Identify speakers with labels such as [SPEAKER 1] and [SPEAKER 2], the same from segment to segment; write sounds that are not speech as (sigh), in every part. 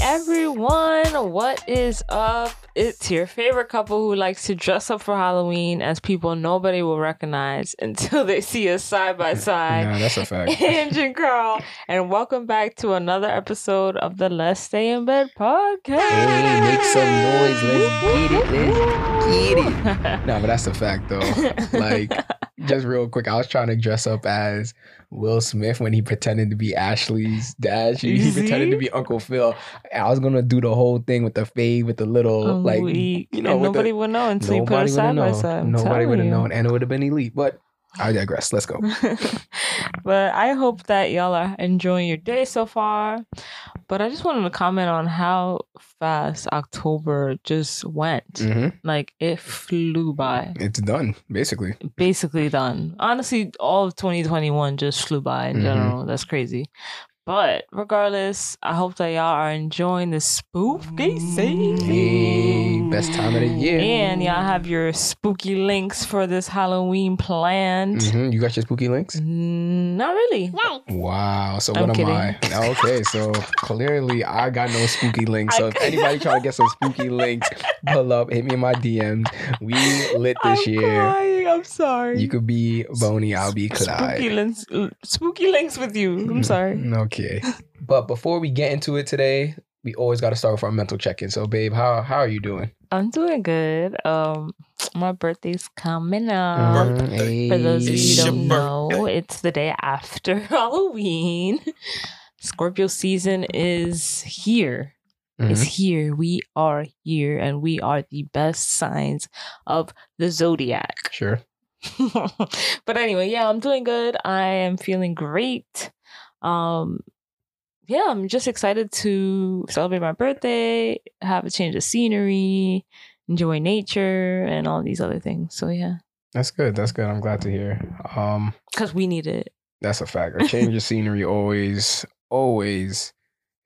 [SPEAKER 1] everyone. What is up? It's your favorite couple who likes to dress up for Halloween as people nobody will recognize (laughs) until they see us side by side.
[SPEAKER 2] (laughs)
[SPEAKER 1] (laughs)
[SPEAKER 2] Nah, that's a fact.
[SPEAKER 1] Ange and Carl, and welcome back to another episode of the Let's Stay in Bed podcast.
[SPEAKER 2] Hey, make some noise. Let's get it. Let's no, but that's a fact
[SPEAKER 1] (laughs)
[SPEAKER 2] though. Like, just real quick, I was trying to dress up as Will Smith when he pretended to be Ashley's dad. She, he
[SPEAKER 1] You
[SPEAKER 2] pretended to
[SPEAKER 1] see?
[SPEAKER 2] be Uncle Phil. I was gonna do the whole thing with the fade, with the little
[SPEAKER 1] (laughs) A
[SPEAKER 2] like,
[SPEAKER 1] week.
[SPEAKER 2] you know,
[SPEAKER 1] and
[SPEAKER 2] with the-
[SPEAKER 1] nobody would know until you put
[SPEAKER 2] nobody
[SPEAKER 1] us
[SPEAKER 2] would have
[SPEAKER 1] side by
[SPEAKER 2] known.
[SPEAKER 1] side. I'm
[SPEAKER 2] Nobody
[SPEAKER 1] telling
[SPEAKER 2] would have
[SPEAKER 1] you. Mm.
[SPEAKER 2] known, and it would have been elite. But I digress. Let's go.
[SPEAKER 1] (laughs) but I hope that y'all are enjoying your day so far. But I just wanted to comment on how fast October just went.
[SPEAKER 2] hmm
[SPEAKER 1] Like it flew by.
[SPEAKER 2] It's done, basically.
[SPEAKER 1] Basically done. Honestly, all of 2021 just flew by in
[SPEAKER 2] Mhm.
[SPEAKER 1] general. That's crazy. But regardless, I hope that y'all are enjoying the spooky
[SPEAKER 2] Hey,
[SPEAKER 1] season.
[SPEAKER 2] best time of the year.
[SPEAKER 1] Mm. And y'all have your spooky links for this Halloween planned.
[SPEAKER 2] Mhm, You got your spooky links.
[SPEAKER 1] Mm, Not really.
[SPEAKER 2] Wow. So
[SPEAKER 1] I'm
[SPEAKER 2] what
[SPEAKER 1] kidding.
[SPEAKER 2] am
[SPEAKER 1] (laughs)
[SPEAKER 2] I? Okay. So clearly I got no spooky links. So if
[SPEAKER 1] I-
[SPEAKER 2] anybody trying to get some spooky links, pull up, hit me in my DMs. We lit this
[SPEAKER 1] I'm
[SPEAKER 2] year.
[SPEAKER 1] Crying. I'm sorry.
[SPEAKER 2] You could be Boney, I'll be Clyde.
[SPEAKER 1] Spooky links, spooky links with you. I'm
[SPEAKER 2] Mm,
[SPEAKER 1] sorry.
[SPEAKER 2] (laughs) Okay. But before we get into it today, we always got to start with our mental check-in. So, babe, how how are you doing?
[SPEAKER 1] I'm doing good. Um, my birthday's coming up. Um,
[SPEAKER 2] Mm-hmm.
[SPEAKER 1] For those of you
[SPEAKER 3] It's
[SPEAKER 1] who don't
[SPEAKER 3] your
[SPEAKER 1] know, it's the day after (laughs) Halloween. Scorpio season is here.
[SPEAKER 2] Mm-hmm.
[SPEAKER 1] It's here. We are here, and we are the best signs of the zodiac.
[SPEAKER 2] Sure.
[SPEAKER 1] (laughs) but anyway, yeah, I'm doing good. I am feeling great. Um yeah, I'm just excited to celebrate my birthday, have a change of scenery, enjoy nature and all these other things. So yeah,
[SPEAKER 2] That's good. That's good. I'm glad to hear. Um,
[SPEAKER 1] cuz we need it.
[SPEAKER 2] that's a fact. A
[SPEAKER 1] (laughs)
[SPEAKER 2] change of scenery always, always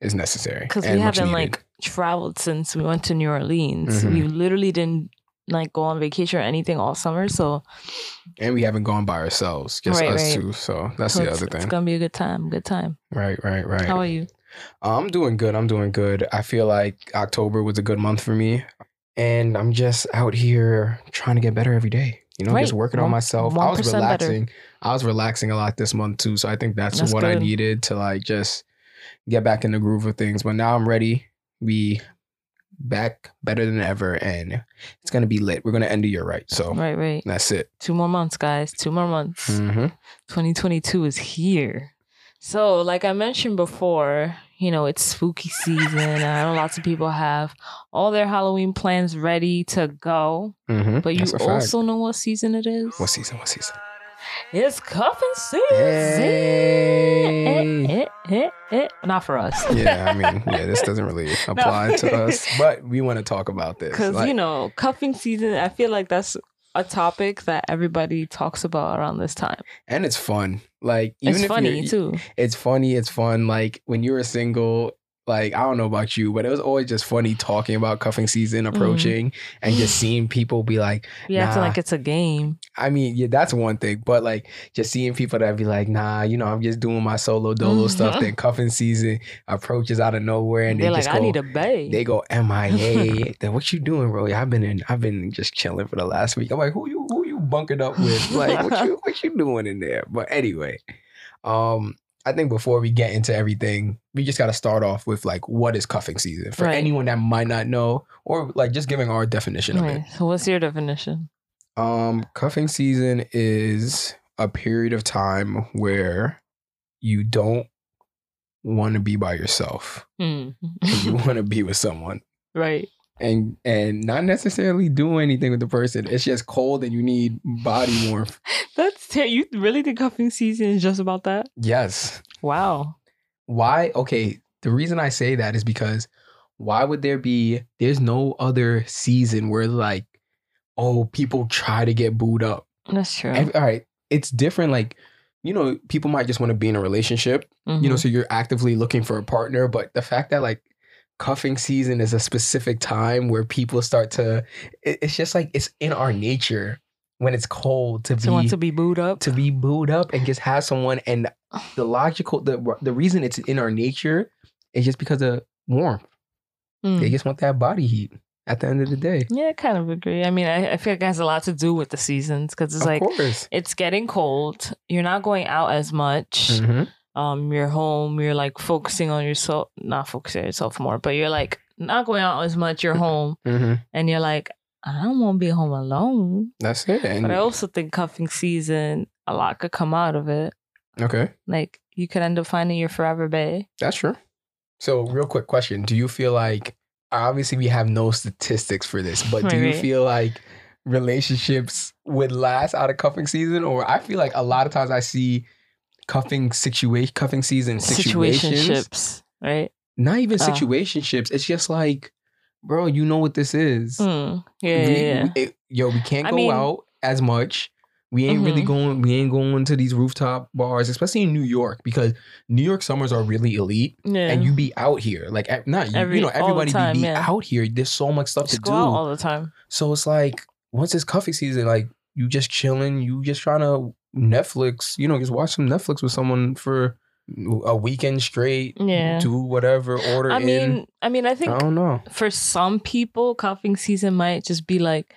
[SPEAKER 2] is necessary.
[SPEAKER 1] Cuz we
[SPEAKER 2] and much
[SPEAKER 1] haven't
[SPEAKER 2] needed.
[SPEAKER 1] like traveled since we went to New Orleans.
[SPEAKER 2] Mhm.
[SPEAKER 1] We literally didn't like go on vacation or anything all summer, so
[SPEAKER 2] and we haven't gone by ourselves, just
[SPEAKER 1] Right,
[SPEAKER 2] us
[SPEAKER 1] right.
[SPEAKER 2] two. So that's
[SPEAKER 1] so
[SPEAKER 2] the
[SPEAKER 1] it's,
[SPEAKER 2] other
[SPEAKER 1] it's
[SPEAKER 2] thing.
[SPEAKER 1] going to be a good time. Good time.
[SPEAKER 2] Right, right,
[SPEAKER 1] How
[SPEAKER 2] right.
[SPEAKER 1] are you?
[SPEAKER 2] I'm doing good. I'm doing good. I feel like October was a good month for me, and I'm just out here trying to get better every day. You know, just
[SPEAKER 1] Right.
[SPEAKER 2] working on
[SPEAKER 1] One-
[SPEAKER 2] myself. I was
[SPEAKER 1] 1% better.
[SPEAKER 2] relaxing. I was relaxing a lot this month too. So I think that's,
[SPEAKER 1] That's
[SPEAKER 2] what I
[SPEAKER 1] good.
[SPEAKER 2] needed to like just get back in the groove of things. But now I'm ready. We back better than ever, and it's gonna be lit. We're gonna end the year right. So
[SPEAKER 1] Right, right.
[SPEAKER 2] that's it.
[SPEAKER 1] Two more months, guys. Two more months.
[SPEAKER 2] hmm
[SPEAKER 1] 2022 is here. So, like I mentioned before, you know, it's spooky season. and I know lots of people have all their Halloween plans ready to go,
[SPEAKER 2] hmm
[SPEAKER 1] but you also know what season it is?
[SPEAKER 2] what season? What season?
[SPEAKER 1] It's cuffing season. Eh,
[SPEAKER 2] Hey.
[SPEAKER 1] eh, eh, eh. Not for us.
[SPEAKER 2] yeah, I
[SPEAKER 1] (laughs)
[SPEAKER 2] mean, yeah, this doesn't really apply to us, but we want to talk about this.
[SPEAKER 1] Because,
[SPEAKER 2] Like,
[SPEAKER 1] you know, cuffing season, I feel like that's a topic that everybody talks about around this time.
[SPEAKER 2] and it's fun. Like, even
[SPEAKER 1] It's
[SPEAKER 2] if
[SPEAKER 1] funny,
[SPEAKER 2] you're-
[SPEAKER 1] too.
[SPEAKER 2] It's funny. It's fun. Like when you were single. Like I don't know about you, but it was always just funny talking about cuffing season
[SPEAKER 1] Mm-hmm.
[SPEAKER 2] approaching and just seeing people be like,
[SPEAKER 1] We acting
[SPEAKER 2] Nah.
[SPEAKER 1] like it's a game.
[SPEAKER 2] I mean, yeah, that's one thing, but like just seeing people that be like, nah, you know, I'm just doing my solo dolo stuff.
[SPEAKER 1] Mhm.
[SPEAKER 2] Then cuffing season approaches out of nowhere, and
[SPEAKER 1] They're
[SPEAKER 2] they
[SPEAKER 1] like,
[SPEAKER 2] just
[SPEAKER 1] I
[SPEAKER 2] go,
[SPEAKER 1] need a bay.
[SPEAKER 2] They go
[SPEAKER 1] (laughs)
[SPEAKER 2] MIA. then what you doing, bro? I've been in. I've been just chilling for the last week. I'm like, who you who you bunking up with? Like, what you what you doing in there? But anyway, um, I think before we get into everything, we just got to start off with like what is cuffing season for
[SPEAKER 1] Right.
[SPEAKER 2] anyone that might not know, or like just giving our definition of it.
[SPEAKER 1] Right. So what's your definition?
[SPEAKER 2] Um, cuffing season is a period of time where you don't want to be by yourself.
[SPEAKER 1] Mm. (laughs)
[SPEAKER 2] you want to be with someone
[SPEAKER 1] right.
[SPEAKER 2] and and not necessarily do anything with the person. It's just cold and you need body warmth.
[SPEAKER 1] That's ter- you really think cuffing season is just about that?
[SPEAKER 2] yes.
[SPEAKER 1] Wow.
[SPEAKER 2] Why? Okay. The reason I say that is because why would there be? There's no other season where like, oh, people try to get booed up.
[SPEAKER 1] That's true.
[SPEAKER 2] Ev- all right, it's different. Like, you know, people might just want to be in a relationship.
[SPEAKER 1] Mm-hmm.
[SPEAKER 2] You know, so you're actively looking for a partner. But the fact that like cuffing season is a specific time where people start to, it- it's just like it's in our nature when it's cold to
[SPEAKER 1] someone
[SPEAKER 2] be
[SPEAKER 1] to
[SPEAKER 2] to,
[SPEAKER 1] be booed up.
[SPEAKER 2] be booed up and just have someone.
[SPEAKER 1] (sighs)
[SPEAKER 2] And the logical the the reason it's in our nature is just because of warmth.
[SPEAKER 1] Mm.
[SPEAKER 2] They just want that body heat at the end of the day.
[SPEAKER 1] Yeah, I kind of agree. I mean, I, I feel like it has a lot to do with the seasons because it's
[SPEAKER 2] of
[SPEAKER 1] like (sighs)
[SPEAKER 2] course.
[SPEAKER 1] it's getting cold. You're not going out as much.
[SPEAKER 2] Mhm.
[SPEAKER 1] Um, you're home. You're like focusing on yourself, not focusing on yourself more, but you're like not going out as much. You're home,
[SPEAKER 2] Mhm.
[SPEAKER 1] and you're like, I don't want to be home alone.
[SPEAKER 2] That's it. And-
[SPEAKER 1] But I also think cuffing season, a lot could come out of it.
[SPEAKER 2] okay.
[SPEAKER 1] Like you could end up finding your forever bae.
[SPEAKER 2] That's true. So, real quick question: Do you feel like obviously we have no statistics for this, but do you
[SPEAKER 1] Right.
[SPEAKER 2] feel like relationships would last out of cuffing season? Or I feel like a lot of times I see cuffing situation, cuffing season situations,
[SPEAKER 1] Situationships, right?
[SPEAKER 2] not even
[SPEAKER 1] Oh.
[SPEAKER 2] situationships. It's just like, bro, you know what this is.
[SPEAKER 1] Mm. Yeah,
[SPEAKER 2] We-
[SPEAKER 1] yeah, yeah.
[SPEAKER 2] we- it- yo, we can't
[SPEAKER 1] I
[SPEAKER 2] go
[SPEAKER 1] mean-
[SPEAKER 2] out as much. We ain't really
[SPEAKER 1] Mhm.
[SPEAKER 2] going. We ain't going to these rooftop bars, especially in New York, because New York summers are really elite
[SPEAKER 1] yeah.
[SPEAKER 2] and you be out here like ev- not you,
[SPEAKER 1] Every-
[SPEAKER 2] you know
[SPEAKER 1] all the
[SPEAKER 2] everybody
[SPEAKER 1] time,
[SPEAKER 2] be, be
[SPEAKER 1] yeah.
[SPEAKER 2] out here there's so much stuff
[SPEAKER 1] just
[SPEAKER 2] to
[SPEAKER 1] go
[SPEAKER 2] do
[SPEAKER 1] out all the time.
[SPEAKER 2] so it's like once it's coffee season like you just chilling you just trying to netflix you know just watch some netflix with someone for a weekend straight
[SPEAKER 1] Yeah.
[SPEAKER 2] do whatever order
[SPEAKER 1] I mean,
[SPEAKER 2] in Oh.
[SPEAKER 1] I mean, I
[SPEAKER 2] i
[SPEAKER 1] think
[SPEAKER 2] don't know
[SPEAKER 1] for some people, cuffing season might just be like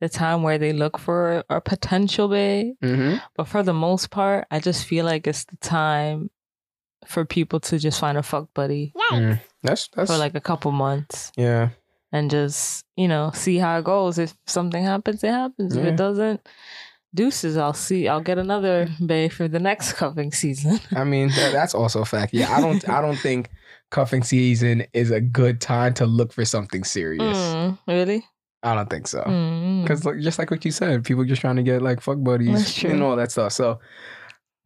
[SPEAKER 1] the time where they look for a potential bae.
[SPEAKER 2] mm-hmm.
[SPEAKER 1] But for the most part, I just feel like it's the time for people to just find a fuck buddy
[SPEAKER 2] Mm. mm-hmm. that's that's
[SPEAKER 1] for like a couple months
[SPEAKER 2] yeah
[SPEAKER 1] and just, you know, see how it goes. If something happens, it happens. If
[SPEAKER 2] Yeah.
[SPEAKER 1] it doesn't, deuces, I'll see. I'll get another bae for the next cuffing
[SPEAKER 2] (laughs)
[SPEAKER 1] season.
[SPEAKER 2] i mean that, that's also a fact yeah i don't i don't think cuffing season is a good time to look for something serious
[SPEAKER 1] Mm, really?
[SPEAKER 2] i don't think so
[SPEAKER 1] Mm.
[SPEAKER 2] Because like, just like what you said, people just trying to get like fuck buddies
[SPEAKER 1] That's true.
[SPEAKER 2] and all that stuff. So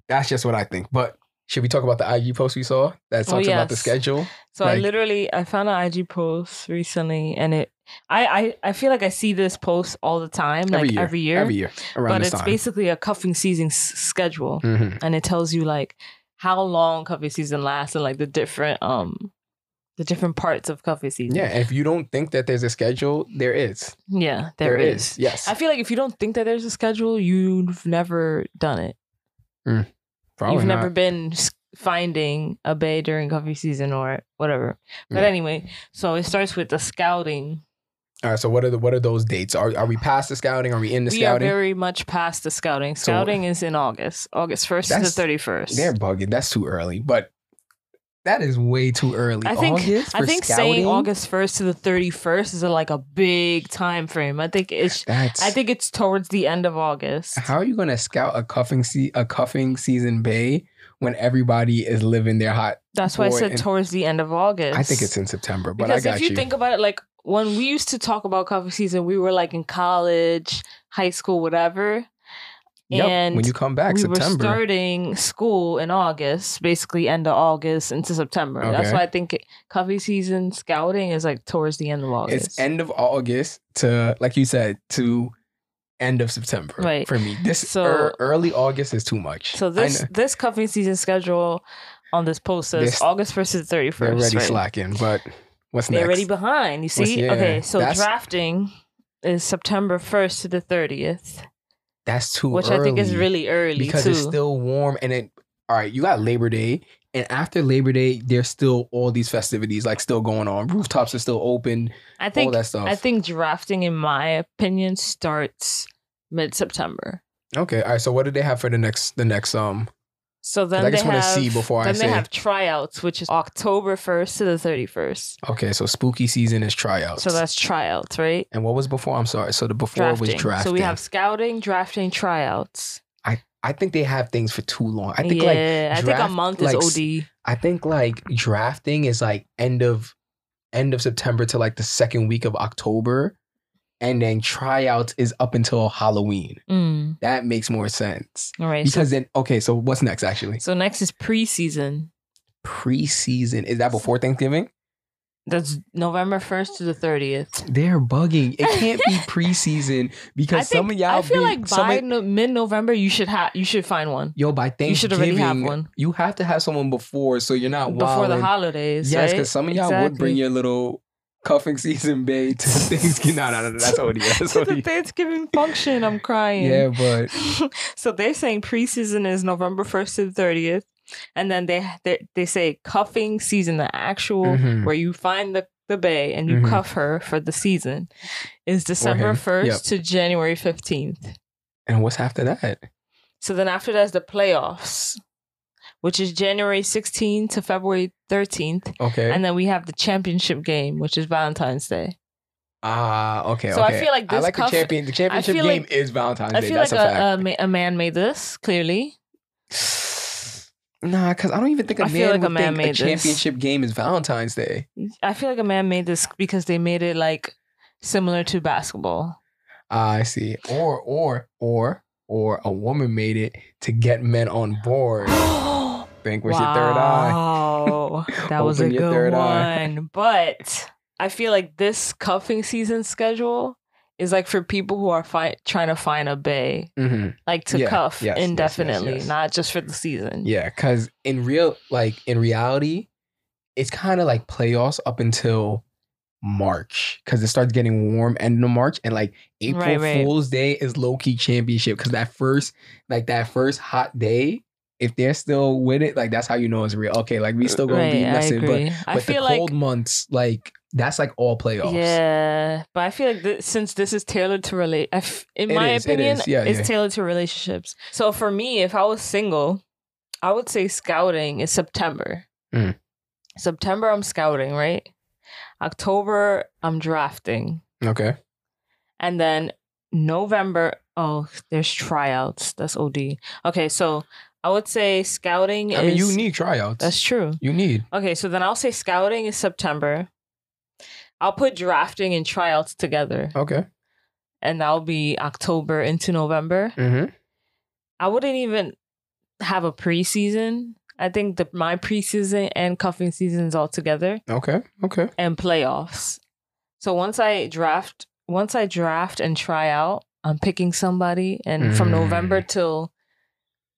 [SPEAKER 2] that's just what I think. But should we talk about the IG post we saw that
[SPEAKER 1] Oh,
[SPEAKER 2] talks about the
[SPEAKER 1] yes.
[SPEAKER 2] schedule?
[SPEAKER 1] So I
[SPEAKER 2] Like-
[SPEAKER 1] literally I found an IG post recently, and it I I, I feel like I see this post all the time,
[SPEAKER 2] Every
[SPEAKER 1] like
[SPEAKER 2] year.
[SPEAKER 1] every year.
[SPEAKER 2] Every year around
[SPEAKER 1] but
[SPEAKER 2] this
[SPEAKER 1] it's
[SPEAKER 2] time.
[SPEAKER 1] basically a cuffing season s- schedule,
[SPEAKER 2] Mhm.
[SPEAKER 1] and it tells you like how long cuffing season lasts and like the different um the different parts of cuffing season.
[SPEAKER 2] Yeah, if you don't think that there's a schedule, there is.
[SPEAKER 1] yeah, there
[SPEAKER 2] There
[SPEAKER 1] is.
[SPEAKER 2] is. Yes,
[SPEAKER 1] I feel like if you don't think that there's a schedule, you've never done it.
[SPEAKER 2] probably
[SPEAKER 1] you've
[SPEAKER 2] not.
[SPEAKER 1] never been s- finding a bay during cuffing season or whatever. But
[SPEAKER 2] Yeah.
[SPEAKER 1] anyway, so it starts with the scouting.
[SPEAKER 2] All right. So what are the what are those dates? Are are we past the scouting? Are we in the
[SPEAKER 1] we
[SPEAKER 2] scouting?
[SPEAKER 1] are very much past the scouting.
[SPEAKER 2] So-
[SPEAKER 1] Scouting is in August, August first to the
[SPEAKER 2] That's-
[SPEAKER 1] thirty first.
[SPEAKER 2] They're bugging. That's too early. But that is way too early.
[SPEAKER 1] I think-
[SPEAKER 2] August
[SPEAKER 1] I
[SPEAKER 2] for
[SPEAKER 1] think
[SPEAKER 2] scouting?
[SPEAKER 1] saying August first to the thirty first is a, like a big time frame. I think it's
[SPEAKER 2] That's
[SPEAKER 1] I think it's towards the end of August.
[SPEAKER 2] How are you gonna scout a cuffing se- a cuffing season bay when everybody is living their hot?
[SPEAKER 1] That's why I
[SPEAKER 2] boy,
[SPEAKER 1] said
[SPEAKER 2] and-
[SPEAKER 1] towards the end of August.
[SPEAKER 2] I think it's in September, but
[SPEAKER 1] because
[SPEAKER 2] I got
[SPEAKER 1] if you, think about it, like when we used to talk about coffee season, we were like in college, high school, whatever.
[SPEAKER 2] Yep,
[SPEAKER 1] and
[SPEAKER 2] when you come back,
[SPEAKER 1] we were
[SPEAKER 2] September.
[SPEAKER 1] starting school in August, basically end of August into September. That's
[SPEAKER 2] Okay.
[SPEAKER 1] why I think it- coffee season scouting is like towards the end of August.
[SPEAKER 2] It's end of August to like you said to end of September.
[SPEAKER 1] Right.
[SPEAKER 2] For me, this
[SPEAKER 1] So-
[SPEAKER 2] ear- early August is too much.
[SPEAKER 1] so
[SPEAKER 2] I
[SPEAKER 1] this
[SPEAKER 2] know.
[SPEAKER 1] this coffee season schedule on this post says
[SPEAKER 2] This-
[SPEAKER 1] August first to the thirty
[SPEAKER 2] they're
[SPEAKER 1] first.
[SPEAKER 2] already
[SPEAKER 1] right?
[SPEAKER 2] slacking, but what's
[SPEAKER 1] They're
[SPEAKER 2] next?
[SPEAKER 1] already behind. You
[SPEAKER 2] What's-
[SPEAKER 1] see?
[SPEAKER 2] yeah,
[SPEAKER 1] okay, so
[SPEAKER 2] that's-
[SPEAKER 1] drafting is September first to the thirtieth,
[SPEAKER 2] That's too
[SPEAKER 1] which
[SPEAKER 2] early.
[SPEAKER 1] I think is really early
[SPEAKER 2] because
[SPEAKER 1] too.
[SPEAKER 2] it's still warm and it. All right, you got Labor Day, and after Labor Day, there's still all these festivities like still going on. Rooftops are still open.
[SPEAKER 1] I think
[SPEAKER 2] all that stuff.
[SPEAKER 1] I think drafting, in my opinion, starts mid September.
[SPEAKER 2] Okay. All right. So what do they have for the next the next um?
[SPEAKER 1] So
[SPEAKER 2] 'Cause
[SPEAKER 1] then
[SPEAKER 2] I just
[SPEAKER 1] they
[SPEAKER 2] wanna
[SPEAKER 1] have
[SPEAKER 2] see before I
[SPEAKER 1] then they
[SPEAKER 2] say.
[SPEAKER 1] have tryouts, which is October first to the thirty first.
[SPEAKER 2] Okay. So spooky season is tryouts.
[SPEAKER 1] So that's tryouts, right?
[SPEAKER 2] and what was before? I'm sorry. So the before
[SPEAKER 1] Drafting.
[SPEAKER 2] was drafting.
[SPEAKER 1] So we have scouting, drafting, tryouts.
[SPEAKER 2] I think they have things for too long. I think like
[SPEAKER 1] yeah, I think a
[SPEAKER 2] draft,
[SPEAKER 1] month
[SPEAKER 2] like,
[SPEAKER 1] is OD.
[SPEAKER 2] I think like drafting is like end of end of September to like the second week of October, and then tryouts is up until Halloween.
[SPEAKER 1] Mm.
[SPEAKER 2] That makes more sense
[SPEAKER 1] All right. So,
[SPEAKER 2] because then okay. So what's next actually?
[SPEAKER 1] so next is preseason.
[SPEAKER 2] Preseason is that before Thanksgiving?
[SPEAKER 1] That's November first to the thirtieth.
[SPEAKER 2] They're bugging. It can't
[SPEAKER 1] (laughs)
[SPEAKER 2] be preseason because
[SPEAKER 1] I
[SPEAKER 2] some
[SPEAKER 1] think
[SPEAKER 2] of y'all
[SPEAKER 1] I feel
[SPEAKER 2] be-
[SPEAKER 1] like
[SPEAKER 2] some
[SPEAKER 1] by
[SPEAKER 2] of-
[SPEAKER 1] no, mid November you should have you should find one.
[SPEAKER 2] Yo, by Thanksgiving,
[SPEAKER 1] You should already have one.
[SPEAKER 2] You have to have someone before, so you're not
[SPEAKER 1] before the
[SPEAKER 2] wilding.
[SPEAKER 1] holidays.
[SPEAKER 2] Uh, Yes,
[SPEAKER 1] right?
[SPEAKER 2] because some of y'all would bring your little cuffing (laughs) season bay
[SPEAKER 1] (laughs)
[SPEAKER 2] to (laughs) Thanksgiving. No, no, no, that's already that's
[SPEAKER 1] to the
[SPEAKER 2] already.
[SPEAKER 1] Thanksgiving function. I'm crying.
[SPEAKER 2] Yeah, but
[SPEAKER 1] (laughs) so they're saying preseason is November first to the thirtieth, and then they, they they say cuffing season, the actual
[SPEAKER 2] Mhm.
[SPEAKER 1] where you find the the bay and you
[SPEAKER 2] Mhm.
[SPEAKER 1] cuff her for the season is December
[SPEAKER 2] him.
[SPEAKER 1] 1st
[SPEAKER 2] Yep.
[SPEAKER 1] to January 15th.
[SPEAKER 2] And what's after that?
[SPEAKER 1] So then after that's the playoffs, which is January 16th to February 13th.
[SPEAKER 2] Okay.
[SPEAKER 1] And then we have the championship game, which is Valentine's Day.
[SPEAKER 2] Ah, okay.
[SPEAKER 1] So I
[SPEAKER 2] okay.
[SPEAKER 1] feel like
[SPEAKER 2] I
[SPEAKER 1] this
[SPEAKER 2] like
[SPEAKER 1] cuff-
[SPEAKER 2] the champion. The championship
[SPEAKER 1] feel
[SPEAKER 2] game
[SPEAKER 1] like-
[SPEAKER 2] is Valentine's
[SPEAKER 1] I
[SPEAKER 2] Day.
[SPEAKER 1] feel
[SPEAKER 2] That's
[SPEAKER 1] like
[SPEAKER 2] a fact.
[SPEAKER 1] a, a, ma- a man made this, clearly.
[SPEAKER 2] Nah, because I don't even think a
[SPEAKER 1] I
[SPEAKER 2] man
[SPEAKER 1] feel like a
[SPEAKER 2] would
[SPEAKER 1] man
[SPEAKER 2] think
[SPEAKER 1] made
[SPEAKER 2] a
[SPEAKER 1] this.
[SPEAKER 2] championship game is Valentine's Day.
[SPEAKER 1] I feel like a man made this because they made it like similar to
[SPEAKER 2] (gasps)
[SPEAKER 1] basketball.
[SPEAKER 2] Ah, I see. Or or or or a woman made it to get men on board.
[SPEAKER 1] wow.
[SPEAKER 2] Think with your third eye. (laughs)
[SPEAKER 1] that was a
[SPEAKER 2] Open your
[SPEAKER 1] good
[SPEAKER 2] third eye.
[SPEAKER 1] one. But I feel like this cuffing season schedule is like for people who are fi- trying to find a bay,
[SPEAKER 2] Mm-hmm.
[SPEAKER 1] like to
[SPEAKER 2] Yeah,
[SPEAKER 1] cuff
[SPEAKER 2] yes, yes, yes,
[SPEAKER 1] indefinitely,
[SPEAKER 2] yes.
[SPEAKER 1] not just for the season.
[SPEAKER 2] Yeah, because in real like in reality, it's kind of like playoffs up until March because it starts getting warm end of March and like April
[SPEAKER 1] Right, right.
[SPEAKER 2] Fool's Day is low key championship because that first like that first hot day, if they're still with it, like that's how you know it's real. Okay, like we still gonna
[SPEAKER 1] right,
[SPEAKER 2] be
[SPEAKER 1] I
[SPEAKER 2] messing, but
[SPEAKER 1] agree. I
[SPEAKER 2] but
[SPEAKER 1] feel
[SPEAKER 2] the
[SPEAKER 1] like
[SPEAKER 2] cold months, like that's like all playoffs.
[SPEAKER 1] yeah, but I feel like th- since this is tailored to relate, I f- in
[SPEAKER 2] It
[SPEAKER 1] my
[SPEAKER 2] is, it
[SPEAKER 1] opinion,
[SPEAKER 2] is. Yeah,
[SPEAKER 1] it's
[SPEAKER 2] yeah.
[SPEAKER 1] tailored to relationships. So for me, if I was single, I would say scouting is September.
[SPEAKER 2] Mm.
[SPEAKER 1] September, I'm scouting, right? October, I'm drafting,
[SPEAKER 2] Okay.
[SPEAKER 1] and then November, oh, there's tryouts. That's OD. Okay, so I would say scouting.
[SPEAKER 2] I mean,
[SPEAKER 1] is,
[SPEAKER 2] you need tryouts.
[SPEAKER 1] That's true.
[SPEAKER 2] you need.
[SPEAKER 1] Okay, so then I'll say scouting is September. I'll put drafting and tryouts together,
[SPEAKER 2] Okay.
[SPEAKER 1] and that'll be October into November.
[SPEAKER 2] Mm-hmm.
[SPEAKER 1] I wouldn't even have a preseason. I think the, my preseason and cuffing seasons all together
[SPEAKER 2] Okay. Okay.
[SPEAKER 1] and playoffs. So once I draft, once I draft and try out, I'm picking somebody, and from
[SPEAKER 2] Mm.
[SPEAKER 1] November till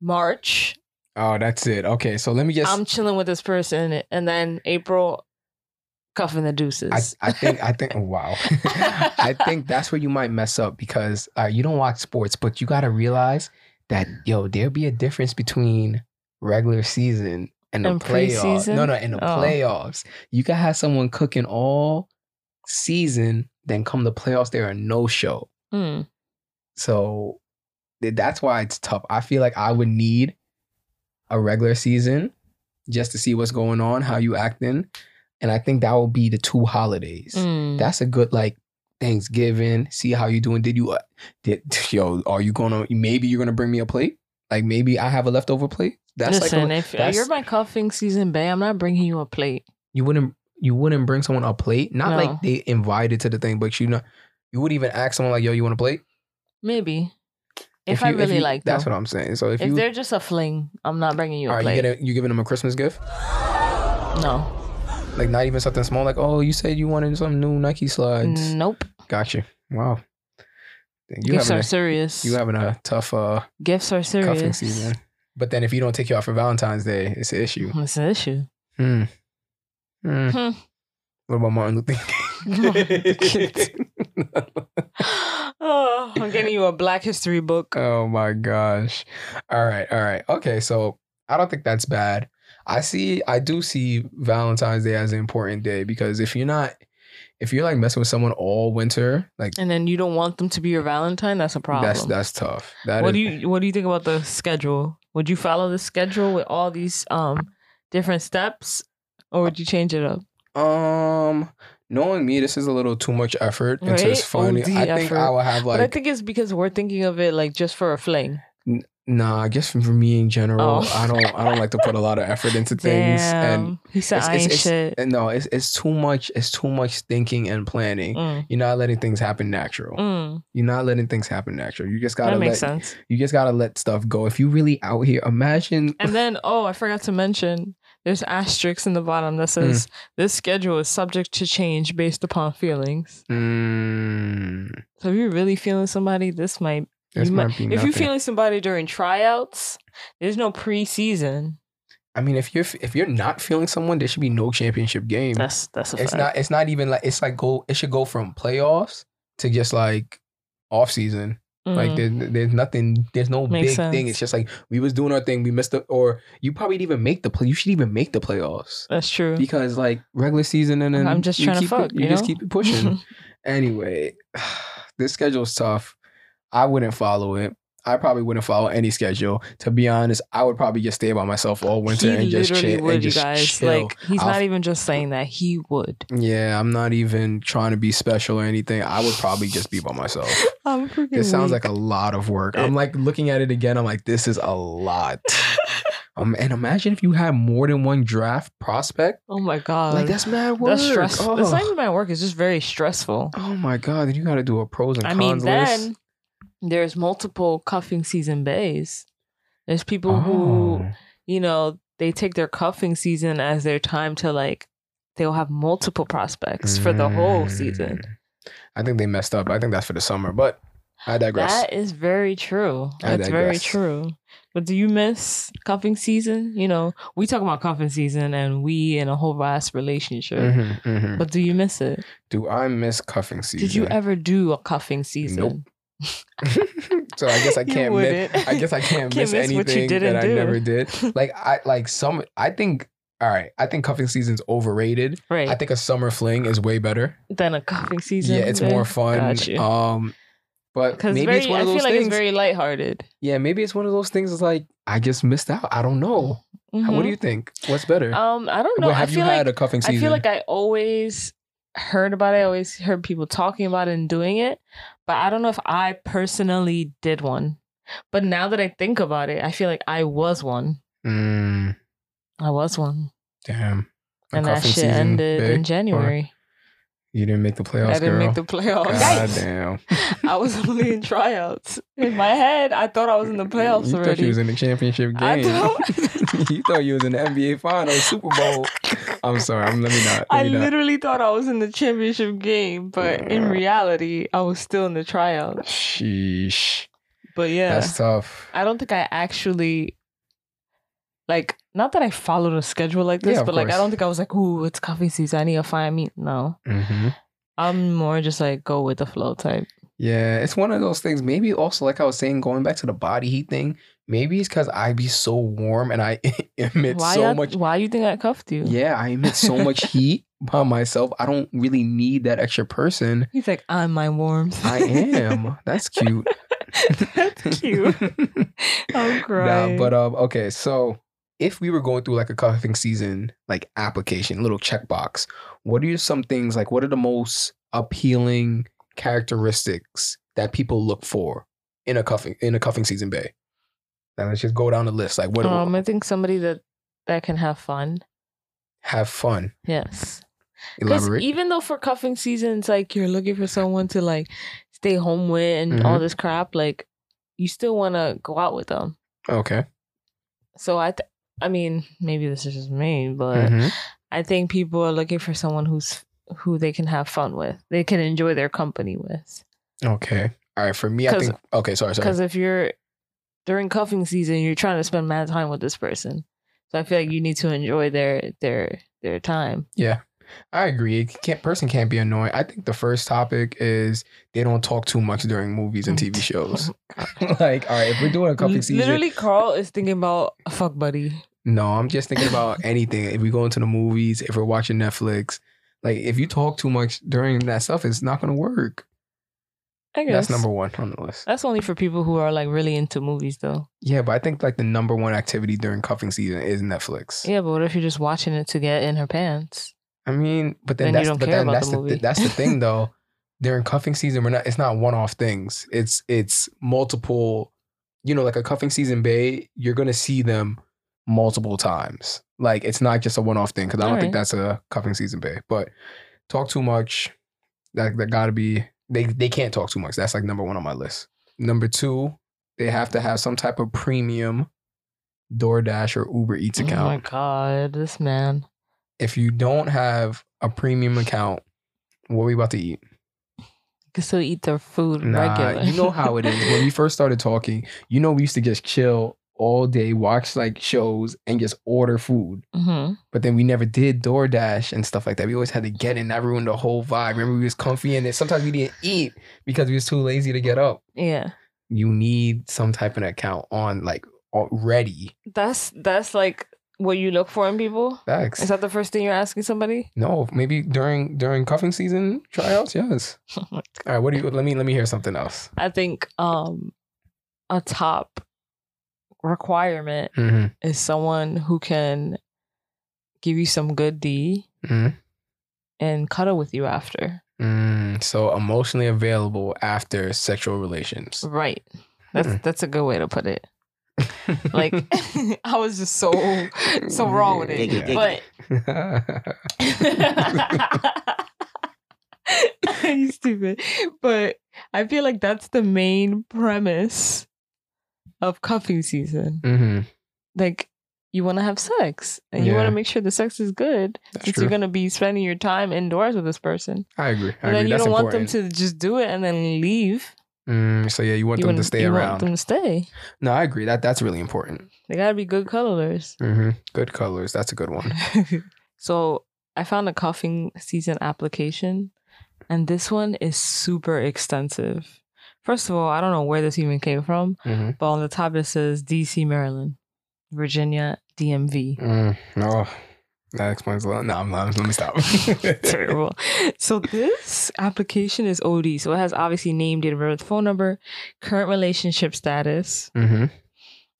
[SPEAKER 1] March,
[SPEAKER 2] Oh, that's it. Okay. So let me just.
[SPEAKER 1] I'm chilling with this person, and then April, cuffing the deuces.
[SPEAKER 2] I, I think I
[SPEAKER 1] (laughs)
[SPEAKER 2] think wow. (laughs) I think that's where you might mess up because uh, you don't watch sports, but you gotta realize that yo, there'll be a difference between regular season and the
[SPEAKER 1] And
[SPEAKER 2] playoffs.
[SPEAKER 1] preseason?
[SPEAKER 2] No, no, and the
[SPEAKER 1] Oh.
[SPEAKER 2] playoffs. You can have someone cooking all season, then come the playoffs, they're a no show.
[SPEAKER 1] Hmm.
[SPEAKER 2] So th- that's why it's tough. I feel like I would need a regular season just to see what's going on, how you acting. And I think that will be the two holidays.
[SPEAKER 1] Mm.
[SPEAKER 2] That's a good like Thanksgiving. See how you doing. Did you uh, did (laughs) yo? Are you gonna maybe you're gonna bring me a plate? Like maybe I have a leftover plate. That's
[SPEAKER 1] Listen,
[SPEAKER 2] like a,
[SPEAKER 1] if uh,
[SPEAKER 2] that's-
[SPEAKER 1] you're my cuffing season bay, I'm not bringing you a plate.
[SPEAKER 2] you wouldn't you wouldn't bring someone a plate. Not
[SPEAKER 1] No.
[SPEAKER 2] like they invited to the thing, but you know you wouldn't even ask someone like yo, you want a plate?
[SPEAKER 1] Maybe. If,
[SPEAKER 2] you-
[SPEAKER 1] I really
[SPEAKER 2] you-
[SPEAKER 1] like them.
[SPEAKER 2] That's what I'm saying. So if,
[SPEAKER 1] if
[SPEAKER 2] you
[SPEAKER 1] they're just a fling, I'm not bringing you a
[SPEAKER 2] are you
[SPEAKER 1] plate.
[SPEAKER 2] gonna you giving them a Christmas gift?
[SPEAKER 1] No.
[SPEAKER 2] Like not even something small. Like oh, you said you wanted some new Nike slides.
[SPEAKER 1] Nope.
[SPEAKER 2] Gotcha. Wow. Then You
[SPEAKER 1] Gifts
[SPEAKER 2] having
[SPEAKER 1] are
[SPEAKER 2] a,
[SPEAKER 1] serious.
[SPEAKER 2] you having a tough uh
[SPEAKER 1] Gifts are
[SPEAKER 2] cuffing
[SPEAKER 1] serious.
[SPEAKER 2] season. But then if you don't take you out for Valentine's Day, it's an issue.
[SPEAKER 1] It's an issue.
[SPEAKER 2] Hmm.
[SPEAKER 1] Mm-hmm.
[SPEAKER 2] Hmm.
[SPEAKER 1] Hmm.
[SPEAKER 2] What about Martin
[SPEAKER 1] (laughs)
[SPEAKER 2] Luther (laughs) King?
[SPEAKER 1] oh, I'm getting you a Black History book.
[SPEAKER 2] oh my gosh. All right, all right. Okay, so I don't think that's bad. I see I do see Valentine's Day as an important day because if you're not if you're like messing with someone all winter, like
[SPEAKER 1] And then you don't want them to be your Valentine? That's a problem.
[SPEAKER 2] that's that's tough. That
[SPEAKER 1] what
[SPEAKER 2] is-
[SPEAKER 1] do you what do you think about the schedule? Would you follow the schedule with all these um different steps? Or would you change it up?
[SPEAKER 2] um knowing me, this is a little too much effort and so
[SPEAKER 1] Right?
[SPEAKER 2] it's funny.
[SPEAKER 1] OD
[SPEAKER 2] I think
[SPEAKER 1] effort.
[SPEAKER 2] I will have like
[SPEAKER 1] but I think it's because we're thinking of it like just for a fling.
[SPEAKER 2] Nah, I guess for for me in general,
[SPEAKER 1] Oh.
[SPEAKER 2] I don't I don't like to put a lot of effort into things, and,
[SPEAKER 1] he said
[SPEAKER 2] it's-
[SPEAKER 1] I ain't
[SPEAKER 2] it's-
[SPEAKER 1] shit.
[SPEAKER 2] and no, it's it's too much. It's too much thinking and planning.
[SPEAKER 1] Mm,
[SPEAKER 2] You're not letting things happen natural.
[SPEAKER 1] mm,
[SPEAKER 2] You're not letting things happen natural. You just gotta
[SPEAKER 1] that makes
[SPEAKER 2] let
[SPEAKER 1] sense.
[SPEAKER 2] you just gotta let stuff go. If you really out here, imagine. (sighs)
[SPEAKER 1] And then, oh, I forgot to mention, there's asterisks in the bottom
[SPEAKER 2] Mm.
[SPEAKER 1] that says this schedule is subject to change based upon feelings.
[SPEAKER 2] Mm,
[SPEAKER 1] So if you're really feeling somebody, this might.
[SPEAKER 2] this
[SPEAKER 1] might-
[SPEAKER 2] might be
[SPEAKER 1] If
[SPEAKER 2] nothing.
[SPEAKER 1] you're feeling somebody during tryouts, there's no preseason.
[SPEAKER 2] I mean, if you're if you're not feeling someone, there should be no championship game.
[SPEAKER 1] That's that's a
[SPEAKER 2] it's
[SPEAKER 1] fact.
[SPEAKER 2] not. It's not even like it's like go. It should go from playoffs to just like off season.
[SPEAKER 1] Mm,
[SPEAKER 2] Like there, there's nothing, there's no
[SPEAKER 1] Makes
[SPEAKER 2] big thing.
[SPEAKER 1] sense.
[SPEAKER 2] It's just like we was doing our thing. We missed the, or you probably didn't even make the play. You should even make the playoffs
[SPEAKER 1] that's true.
[SPEAKER 2] because like regular season and then
[SPEAKER 1] I'm just
[SPEAKER 2] you
[SPEAKER 1] trying to
[SPEAKER 2] keep-
[SPEAKER 1] fuck,
[SPEAKER 2] You,
[SPEAKER 1] you
[SPEAKER 2] just
[SPEAKER 1] know?
[SPEAKER 2] keep it
[SPEAKER 1] (laughs)
[SPEAKER 2] pushing. anyway, (sighs) this schedule's tough. I wouldn't follow it. I probably wouldn't follow any schedule. To be honest, I would probably just stay by myself all winter
[SPEAKER 1] he
[SPEAKER 2] and just
[SPEAKER 1] literally
[SPEAKER 2] chill.
[SPEAKER 1] would,
[SPEAKER 2] and
[SPEAKER 1] you
[SPEAKER 2] just
[SPEAKER 1] guys.
[SPEAKER 2] chill.
[SPEAKER 1] Like he's
[SPEAKER 2] I'll-
[SPEAKER 1] not even just saying that. He would. (laughs)
[SPEAKER 2] yeah, I'm not even trying to be special or anything. I would probably just be by myself.
[SPEAKER 1] (laughs) I'm freaking.
[SPEAKER 2] It sounds like a lot of work. I'm like looking at it again. I'm like, this is a
[SPEAKER 1] (laughs)
[SPEAKER 2] lot. Um, and imagine if you had more than one draft prospect.
[SPEAKER 1] oh my god.
[SPEAKER 2] Like that's mad work.
[SPEAKER 1] That's stressful.
[SPEAKER 2] Oh.
[SPEAKER 1] It's not even my work. It's just very stressful.
[SPEAKER 2] Oh my god! Then you got to do a pros and
[SPEAKER 1] I mean,
[SPEAKER 2] cons list.
[SPEAKER 1] then there's multiple cuffing season bays. There's people who
[SPEAKER 2] Oh.
[SPEAKER 1] you know they take their cuffing season as their time to like. They'll have multiple prospects for the whole season.
[SPEAKER 2] Mm. I think they messed up. I think that's for the summer, but I digress.
[SPEAKER 1] That is very true.
[SPEAKER 2] I
[SPEAKER 1] That's very
[SPEAKER 2] digress.
[SPEAKER 1] true. But do you miss cuffing season? You know, we talk about cuffing season and we in a whole vast relationship.
[SPEAKER 2] Mhm, mhm.
[SPEAKER 1] But do you miss it?
[SPEAKER 2] Do I miss cuffing season?
[SPEAKER 1] Did you ever do a cuffing season?
[SPEAKER 2] (laughs) so I guess I
[SPEAKER 1] You
[SPEAKER 2] can't miss.
[SPEAKER 1] wouldn't.
[SPEAKER 2] I guess I
[SPEAKER 1] (laughs)
[SPEAKER 2] can't,
[SPEAKER 1] Can't
[SPEAKER 2] miss,
[SPEAKER 1] miss what you
[SPEAKER 2] anything
[SPEAKER 1] didn't
[SPEAKER 2] that I
[SPEAKER 1] do. (laughs)
[SPEAKER 2] never did. Like I like some. I think. All right. I think cuffing season's overrated.
[SPEAKER 1] Right.
[SPEAKER 2] I think a summer fling is way better.
[SPEAKER 1] then a cuffing season.
[SPEAKER 2] yeah, it's
[SPEAKER 1] then?
[SPEAKER 2] more fun.
[SPEAKER 1] Got you.
[SPEAKER 2] Um, but
[SPEAKER 1] Because
[SPEAKER 2] maybe
[SPEAKER 1] very,
[SPEAKER 2] it's one of
[SPEAKER 1] I
[SPEAKER 2] those
[SPEAKER 1] feel like
[SPEAKER 2] things.
[SPEAKER 1] it's very lighthearted.
[SPEAKER 2] yeah, maybe it's one of those things. Is like I just missed out. I don't know. How- What do you think? What's better?
[SPEAKER 1] Mhm. Um, I don't know.
[SPEAKER 2] Well, have
[SPEAKER 1] Mm-hmm. I
[SPEAKER 2] you
[SPEAKER 1] feel
[SPEAKER 2] had
[SPEAKER 1] like
[SPEAKER 2] a cuffing
[SPEAKER 1] I
[SPEAKER 2] season?
[SPEAKER 1] feel like I always heard about it. I always heard people talking about it and doing it, but I don't know if I personally did one. But now that I think about it, I feel like I was one.
[SPEAKER 2] Mm,
[SPEAKER 1] I was one,
[SPEAKER 2] damn. A
[SPEAKER 1] and that
[SPEAKER 2] cuffing
[SPEAKER 1] shit
[SPEAKER 2] season,
[SPEAKER 1] ended
[SPEAKER 2] big,
[SPEAKER 1] in January.
[SPEAKER 2] or You didn't make the playoffs,
[SPEAKER 1] I didn't
[SPEAKER 2] girl.
[SPEAKER 1] make the playoffs.
[SPEAKER 2] God
[SPEAKER 1] Yikes. (laughs)
[SPEAKER 2] damn.
[SPEAKER 1] I was only in tryouts. In my head, I thought I was in the playoffs
[SPEAKER 2] (laughs) you thought
[SPEAKER 1] already.
[SPEAKER 2] you was in the championship game.
[SPEAKER 1] I
[SPEAKER 2] (laughs) you thought you was in the NBA Finals, Super Bowl.
[SPEAKER 1] (laughs)
[SPEAKER 2] I'm sorry. I'm let me not. Let
[SPEAKER 1] I
[SPEAKER 2] me not.
[SPEAKER 1] literally thought I was in the championship game, but in
[SPEAKER 2] Yeah.
[SPEAKER 1] reality, I was still in the tryouts.
[SPEAKER 2] Sheesh.
[SPEAKER 1] But yeah,
[SPEAKER 2] That's tough.
[SPEAKER 1] I don't think I actually like not that I followed a schedule like
[SPEAKER 2] Yeah,
[SPEAKER 1] this,
[SPEAKER 2] of
[SPEAKER 1] but like I
[SPEAKER 2] course.
[SPEAKER 1] don't think I was like, ooh, it's coffee season. I need to find me. No.
[SPEAKER 2] hmm
[SPEAKER 1] I'm more just like go with the flow type.
[SPEAKER 2] Yeah, it's one of those things. Maybe also, like I was saying, going back to the body heat thing. Maybe it's because I be so warm and I (laughs) emit
[SPEAKER 1] why
[SPEAKER 2] so
[SPEAKER 1] y'all-
[SPEAKER 2] much
[SPEAKER 1] why you think I cuffed you?
[SPEAKER 2] Yeah, I emit so
[SPEAKER 1] (laughs)
[SPEAKER 2] much heat by myself. I don't really need that extra person.
[SPEAKER 1] He's like, I'm my warmth.
[SPEAKER 2] I am. That's cute.
[SPEAKER 1] (laughs) That's
[SPEAKER 2] (laughs)
[SPEAKER 1] cute. I'm crying.
[SPEAKER 2] but um, okay. So if we were going through like a cuffing season, like application, little checkbox, what are some things like? What are the most appealing characteristics that people look for in a cuffing in a cuffing season bay? Now let's just go down the list. Like, what?
[SPEAKER 1] um, I think somebody that that can have fun.
[SPEAKER 2] have fun.
[SPEAKER 1] Yes. Because
[SPEAKER 2] Elaborate.
[SPEAKER 1] even though for cuffing season, it's like you're looking for someone to like stay home with and
[SPEAKER 2] Mm-hmm.
[SPEAKER 1] all this crap, like you still want to go out with them.
[SPEAKER 2] okay.
[SPEAKER 1] So I, th- I mean, maybe this is just me, but
[SPEAKER 2] Mhm.
[SPEAKER 1] I think people are looking for someone who's who they can have fun with, they can enjoy their company with.
[SPEAKER 2] Okay. All right. For me, I
[SPEAKER 1] 'Cause-
[SPEAKER 2] think. Okay. Sorry. Sorry.
[SPEAKER 1] Because if you're during cuffing season, you're trying to spend mad time with this person. So I feel like you need to enjoy their their their time.
[SPEAKER 2] Yeah, I agree. It can't person can't be annoying. I think the first topic is they don't talk too much during movies
[SPEAKER 1] (laughs)
[SPEAKER 2] and TV shows. like, all right, if we're doing a (laughs) cuffing season,
[SPEAKER 1] Literally, Carl is thinking about a fuck buddy.
[SPEAKER 2] no, I'm just thinking (laughs) about anything. If we go into the movies, if we're watching Netflix, like if you talk too much during that stuff, it's not gonna work.
[SPEAKER 1] I guess
[SPEAKER 2] That's number one on the list.
[SPEAKER 1] That's only for people who are like really into movies, though.
[SPEAKER 2] Yeah, but I think like the number one activity during cuffing season is Netflix.
[SPEAKER 1] Yeah, but what if you're just watching it to get in her pants?
[SPEAKER 2] I mean, but then,
[SPEAKER 1] Then
[SPEAKER 2] that's
[SPEAKER 1] you don't
[SPEAKER 2] but
[SPEAKER 1] care
[SPEAKER 2] then
[SPEAKER 1] about
[SPEAKER 2] that's
[SPEAKER 1] the
[SPEAKER 2] the,
[SPEAKER 1] movie.
[SPEAKER 2] th- that's the
[SPEAKER 1] (laughs)
[SPEAKER 2] thing though. During cuffing season, we're not. It's not one off things. It's it's multiple. You know, like a cuffing season bay, you're gonna see them multiple times. Like it's not just a one off thing because I don't think
[SPEAKER 1] Alright.
[SPEAKER 2] that's a cuffing season bay. But talk too much. That that gotta be. They they can't talk too much. That's like number one on my list. Number two, they have to have some type of premium DoorDash or Uber Eats account
[SPEAKER 1] Oh my god, this man.
[SPEAKER 2] if you don't have a premium account, what are we about to eat?
[SPEAKER 1] You can still eat their food
[SPEAKER 2] Nah,
[SPEAKER 1] regular.
[SPEAKER 2] you know how it is. When
[SPEAKER 1] (laughs)
[SPEAKER 2] we first started talking, you know we used to just chill all day, watch like shows, and just order food.
[SPEAKER 1] Mhm.
[SPEAKER 2] But then we never did DoorDash and stuff like that. We always had to get in. That ruined the whole vibe. Remember, we was comfy and then sometimes we didn't eat because we was too lazy to get up.
[SPEAKER 1] Yeah.
[SPEAKER 2] you need some type of account on like already.
[SPEAKER 1] That's that's like what you look for in people. Is
[SPEAKER 2] Facts.
[SPEAKER 1] that the first thing you're asking somebody?
[SPEAKER 2] No, maybe during during cuffing season tryouts. Yes. All right. What do you? Let me let me hear something else.
[SPEAKER 1] (laughs) I think um a top requirement
[SPEAKER 2] hmm
[SPEAKER 1] is someone who can give you some good D
[SPEAKER 2] Mhm.
[SPEAKER 1] and cuddle with you after.
[SPEAKER 2] Mm, so emotionally available after sexual relations.
[SPEAKER 1] Right. That's
[SPEAKER 2] Hmm.
[SPEAKER 1] that's a good way to put it. (laughs) Like (laughs) I was just so so wrong with it.
[SPEAKER 2] Yeah. (laughs)
[SPEAKER 1] But (laughs) you stupid. But I feel like that's the main premise of cuffing season.
[SPEAKER 2] hmm
[SPEAKER 1] Like you want to have sex and you want
[SPEAKER 2] Yeah.
[SPEAKER 1] to make sure the sex is good
[SPEAKER 2] That's
[SPEAKER 1] since
[SPEAKER 2] true.
[SPEAKER 1] you're going to be spending your time indoors with this person.
[SPEAKER 2] I agree. I
[SPEAKER 1] And then
[SPEAKER 2] agree.
[SPEAKER 1] you
[SPEAKER 2] That's
[SPEAKER 1] don't want
[SPEAKER 2] important.
[SPEAKER 1] them to just do it and then leave.
[SPEAKER 2] Mm, so yeah, you want
[SPEAKER 1] you
[SPEAKER 2] them to
[SPEAKER 1] want-
[SPEAKER 2] stay
[SPEAKER 1] you
[SPEAKER 2] around.
[SPEAKER 1] want them to stay.
[SPEAKER 2] No, I agree. That that's really important.
[SPEAKER 1] They got to be good cuddlers.
[SPEAKER 2] hmm Good colors. That's a good one.
[SPEAKER 1] (laughs) so I found a coughing season application, and this one is super extensive. First of all, I don't know where this even came from,
[SPEAKER 2] hmm
[SPEAKER 1] but on the top it says DC, Maryland, Virginia, DMV.
[SPEAKER 2] Mm, oh, that explains a lot. No, I'm lying. Let
[SPEAKER 1] (laughs)
[SPEAKER 2] me stop.
[SPEAKER 1] (laughs)
[SPEAKER 2] (laughs)
[SPEAKER 1] Terrible. So this application is OD. So it has obviously name, date of birth, phone number, current relationship status.
[SPEAKER 2] hmm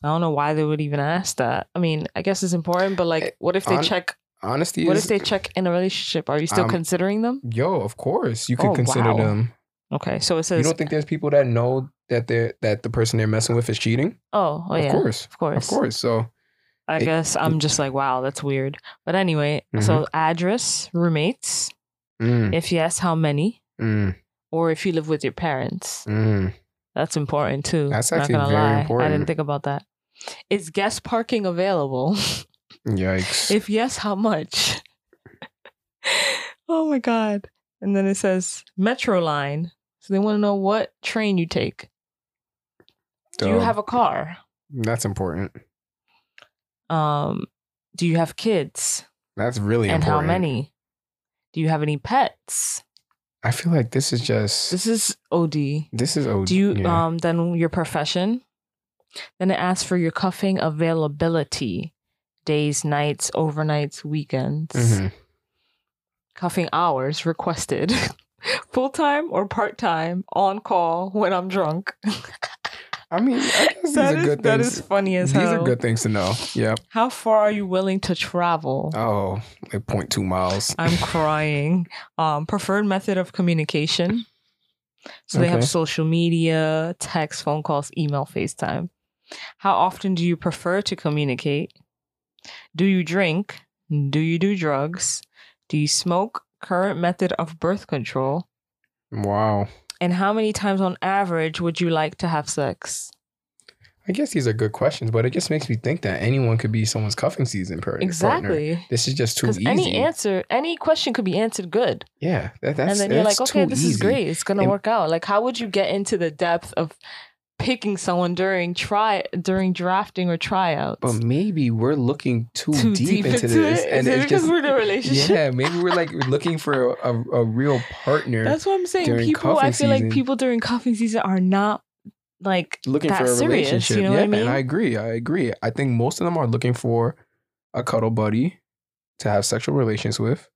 [SPEAKER 1] I don't know why they would even ask that. I mean, I guess it's important, but like, what if they
[SPEAKER 2] Eh, On-
[SPEAKER 1] check?
[SPEAKER 2] Honesty
[SPEAKER 1] What
[SPEAKER 2] is
[SPEAKER 1] if they check in a relationship? Are you still
[SPEAKER 2] Um,
[SPEAKER 1] considering them?
[SPEAKER 2] yo. Of course, you could
[SPEAKER 1] Oh,
[SPEAKER 2] consider
[SPEAKER 1] wow.
[SPEAKER 2] them.
[SPEAKER 1] Okay, so it
[SPEAKER 2] You
[SPEAKER 1] says,
[SPEAKER 2] don't think there's people that know that they're that the person they're messing with is cheating?
[SPEAKER 1] oh, oh
[SPEAKER 2] of
[SPEAKER 1] yeah,
[SPEAKER 2] course,
[SPEAKER 1] of course,
[SPEAKER 2] of course. So
[SPEAKER 1] I
[SPEAKER 2] It- Mm-hmm.
[SPEAKER 1] guess I'm just like, wow, that's weird. But anyway, so address, roommates.
[SPEAKER 2] mm,
[SPEAKER 1] If yes, how many?
[SPEAKER 2] mm,
[SPEAKER 1] Or if you live with your parents,
[SPEAKER 2] mm.
[SPEAKER 1] that's important too.
[SPEAKER 2] That's
[SPEAKER 1] Not
[SPEAKER 2] actually
[SPEAKER 1] gonna
[SPEAKER 2] very
[SPEAKER 1] lie. I
[SPEAKER 2] important.
[SPEAKER 1] didn't think about that. Is guest parking available? (laughs)
[SPEAKER 2] yikes.
[SPEAKER 1] if yes, how much? (laughs) oh my god! And then it says Metro line. So they want to know what train you take. Do you
[SPEAKER 2] Dog.
[SPEAKER 1] have a car?
[SPEAKER 2] That's important.
[SPEAKER 1] Um, do you have kids?
[SPEAKER 2] That's really
[SPEAKER 1] and how
[SPEAKER 2] important.
[SPEAKER 1] many? Do you have any pets?
[SPEAKER 2] I feel like this is just this,
[SPEAKER 1] This is OD. Do
[SPEAKER 2] is OD.
[SPEAKER 1] you
[SPEAKER 2] yeah.
[SPEAKER 1] um then your profession? Then it asks for your cuffing availability. Days, nights, overnights, weekends.
[SPEAKER 2] Mhm.
[SPEAKER 1] Cuffing hours requested. (laughs) Full time or part time, on call when I'm drunk. (laughs)
[SPEAKER 2] I mean, I guess these
[SPEAKER 1] that
[SPEAKER 2] are
[SPEAKER 1] is
[SPEAKER 2] good
[SPEAKER 1] that
[SPEAKER 2] things.
[SPEAKER 1] is funny as
[SPEAKER 2] These
[SPEAKER 1] hell.
[SPEAKER 2] are good things to know. Yep.
[SPEAKER 1] How far are you willing to travel?
[SPEAKER 2] Oh, like 0.2 miles.
[SPEAKER 1] I'm crying. Um, preferred method of communication. So they have
[SPEAKER 2] Okay.
[SPEAKER 1] social media, text, phone calls, email, FaceTime. How often do you prefer to communicate? Do you drink? Do you do drugs? Do you smoke? Current method of birth control?
[SPEAKER 2] Wow.
[SPEAKER 1] And how many times on average would you like to have sex?
[SPEAKER 2] I guess these are good questions, but it just makes me think that anyone could be someone's cuffing season per- partner.
[SPEAKER 1] Exactly.
[SPEAKER 2] This is just too
[SPEAKER 1] Because
[SPEAKER 2] easy.
[SPEAKER 1] any answer, any question could be answered good.
[SPEAKER 2] yeah, that, that's
[SPEAKER 1] and then you're
[SPEAKER 2] that's
[SPEAKER 1] like, okay,
[SPEAKER 2] too
[SPEAKER 1] this is
[SPEAKER 2] easy.
[SPEAKER 1] great. It's gonna
[SPEAKER 2] And-
[SPEAKER 1] work out. Like, how would you get into the depth of picking someone during try during drafting or tryouts?
[SPEAKER 2] But maybe we're looking too,
[SPEAKER 1] Too
[SPEAKER 2] deep, into this,
[SPEAKER 1] it? Is
[SPEAKER 2] and
[SPEAKER 1] it
[SPEAKER 2] it's
[SPEAKER 1] because
[SPEAKER 2] just
[SPEAKER 1] we're in a relationship. (laughs)
[SPEAKER 2] (laughs) yeah. Maybe we're like looking for a, a, a real partner,
[SPEAKER 1] That's what I'm saying.
[SPEAKER 2] During
[SPEAKER 1] People, I
[SPEAKER 2] cuffing
[SPEAKER 1] feel
[SPEAKER 2] season.
[SPEAKER 1] like people during cuffing season are not like
[SPEAKER 2] looking
[SPEAKER 1] that
[SPEAKER 2] for a
[SPEAKER 1] serious,
[SPEAKER 2] relationship.
[SPEAKER 1] you know
[SPEAKER 2] yeah,
[SPEAKER 1] what I mean?
[SPEAKER 2] and I agree. I agree. I think most of them are looking for a cuddle buddy to have sexual relations with,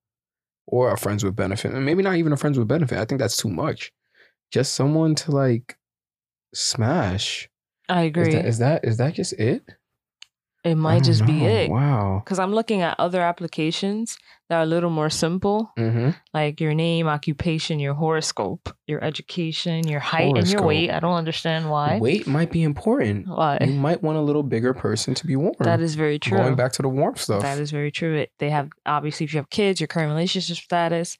[SPEAKER 2] or a friends with benefit, and maybe not even a friends with benefit. I think that's too much. Just someone to like smash.
[SPEAKER 1] I agree.
[SPEAKER 2] Is that, is that is that just it?
[SPEAKER 1] it
[SPEAKER 2] I
[SPEAKER 1] might
[SPEAKER 2] don't
[SPEAKER 1] just be
[SPEAKER 2] know.
[SPEAKER 1] it.
[SPEAKER 2] Wow.
[SPEAKER 1] Because I'm looking at other applications that are a little more simple,
[SPEAKER 2] Mm-hmm.
[SPEAKER 1] like your name, occupation, your horoscope, your education, your height, and your
[SPEAKER 2] Horoscope.
[SPEAKER 1] weight. I don't understand why.
[SPEAKER 2] Weight might be important.
[SPEAKER 1] Why?
[SPEAKER 2] You might want a little bigger person to be warm.
[SPEAKER 1] That is very true.
[SPEAKER 2] Going back to the warm stuff,
[SPEAKER 1] That is very true. It, they have obviously if you have kids, your current relationship status.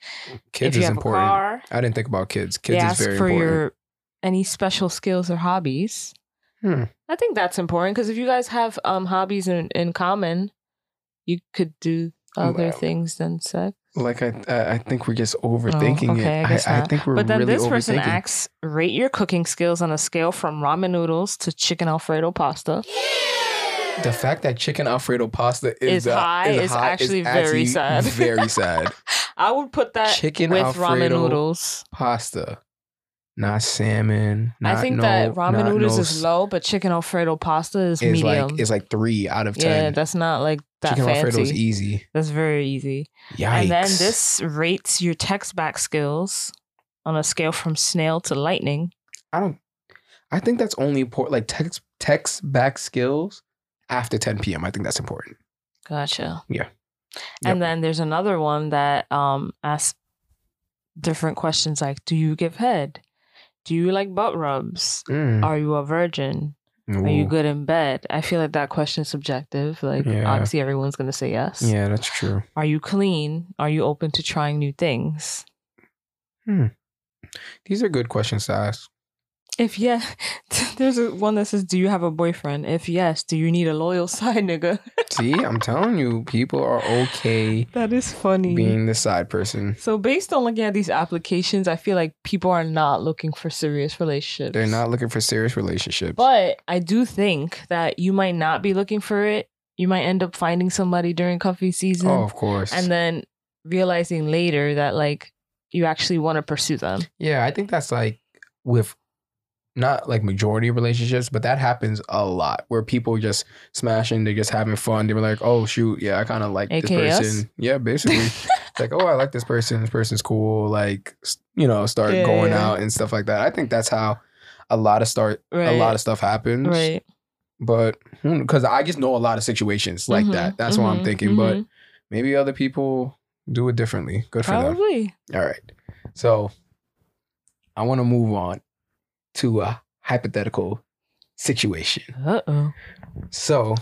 [SPEAKER 1] if
[SPEAKER 2] kids
[SPEAKER 1] you
[SPEAKER 2] is
[SPEAKER 1] have
[SPEAKER 2] important.
[SPEAKER 1] a car,
[SPEAKER 2] I didn't think about kids.
[SPEAKER 1] they
[SPEAKER 2] Kids is
[SPEAKER 1] ask
[SPEAKER 2] very
[SPEAKER 1] for
[SPEAKER 2] important.
[SPEAKER 1] your any special skills or hobbies.
[SPEAKER 2] Hmm.
[SPEAKER 1] I think that's important because if you guys have um hobbies in, in common, you could do other
[SPEAKER 2] Well,
[SPEAKER 1] things than sex.
[SPEAKER 2] Like I, I I think we're just overthinking
[SPEAKER 1] Oh, okay, I
[SPEAKER 2] it.
[SPEAKER 1] guess
[SPEAKER 2] I, I
[SPEAKER 1] not.
[SPEAKER 2] think we're
[SPEAKER 1] But then
[SPEAKER 2] really
[SPEAKER 1] this person
[SPEAKER 2] overthinking.
[SPEAKER 1] asks, rate your cooking skills on a scale from ramen noodles to chicken alfredo pasta.
[SPEAKER 2] the fact that chicken alfredo pasta is,
[SPEAKER 1] Is high is
[SPEAKER 2] high
[SPEAKER 1] actually very sad. (laughs)
[SPEAKER 2] Very sad.
[SPEAKER 1] I would put that
[SPEAKER 2] chicken
[SPEAKER 1] with
[SPEAKER 2] alfredo
[SPEAKER 1] ramen noodles.
[SPEAKER 2] pasta. not salmon. Not
[SPEAKER 1] I think
[SPEAKER 2] no-
[SPEAKER 1] that ramen
[SPEAKER 2] not
[SPEAKER 1] noodles
[SPEAKER 2] no
[SPEAKER 1] is
[SPEAKER 2] s-
[SPEAKER 1] low, but chicken alfredo pasta is,
[SPEAKER 2] Is
[SPEAKER 1] medium.
[SPEAKER 2] like is like three out of ten.
[SPEAKER 1] yeah, that's not like that
[SPEAKER 2] Chicken
[SPEAKER 1] fancy.
[SPEAKER 2] Alfredo is easy.
[SPEAKER 1] That's very easy.
[SPEAKER 2] Yikes.
[SPEAKER 1] And then this rates your text back skills on a scale from snail to lightning.
[SPEAKER 2] I don't. I think that's only important. Like text text back skills after 10 p.m. I think that's important.
[SPEAKER 1] Gotcha.
[SPEAKER 2] Yeah. Yep.
[SPEAKER 1] And then there's another one that um asks different questions like, do you give head? Do you like butt rubs?
[SPEAKER 2] Mm.
[SPEAKER 1] Are you a virgin? Are
[SPEAKER 2] Ooh.
[SPEAKER 1] you good in bed? I feel like that question is subjective. Like
[SPEAKER 2] Yeah.
[SPEAKER 1] obviously everyone's gonna say yes.
[SPEAKER 2] Yeah, that's true.
[SPEAKER 1] Are you clean? Are you open to trying new things?
[SPEAKER 2] These are good questions to ask.
[SPEAKER 1] If yeah, (laughs) there's a, one that says, "Do you have a boyfriend?" If yes, do you need a loyal (laughs) side nigga?
[SPEAKER 2] See, I'm telling you, people are okay
[SPEAKER 1] That is funny.
[SPEAKER 2] being the side person.
[SPEAKER 1] so based on looking at these applications, I feel like people are not looking for serious relationships.
[SPEAKER 2] They're not looking for serious relationships.
[SPEAKER 1] But I do think that you might not be looking for it. You might end up finding somebody during cuffing season,
[SPEAKER 2] oh, of course.
[SPEAKER 1] and then realizing later that like you actually want to pursue them.
[SPEAKER 2] yeah, I think that's like with not like majority of relationships, but that happens a lot where people just smashing, they're just having fun. They were like, oh, shoot, yeah, I kind of like
[SPEAKER 1] AKA
[SPEAKER 2] this
[SPEAKER 1] us?
[SPEAKER 2] person.
[SPEAKER 1] (laughs)
[SPEAKER 2] Yeah, basically. It's like, oh, I like this person. This person's cool. Like, s- you know, start
[SPEAKER 1] Yeah,
[SPEAKER 2] going
[SPEAKER 1] yeah.
[SPEAKER 2] out and stuff like that. I think that's how a lot of start,
[SPEAKER 1] right.
[SPEAKER 2] a lot of stuff happens.
[SPEAKER 1] right.
[SPEAKER 2] But because I just know a lot of situations like
[SPEAKER 1] Mhm,
[SPEAKER 2] that. That's what I'm
[SPEAKER 1] mhm,
[SPEAKER 2] thinking. But
[SPEAKER 1] mhm.
[SPEAKER 2] maybe other people do it differently. Good for them.
[SPEAKER 1] probably.
[SPEAKER 2] All right. So I want to move on to a hypothetical situation.
[SPEAKER 1] Uh oh.
[SPEAKER 2] So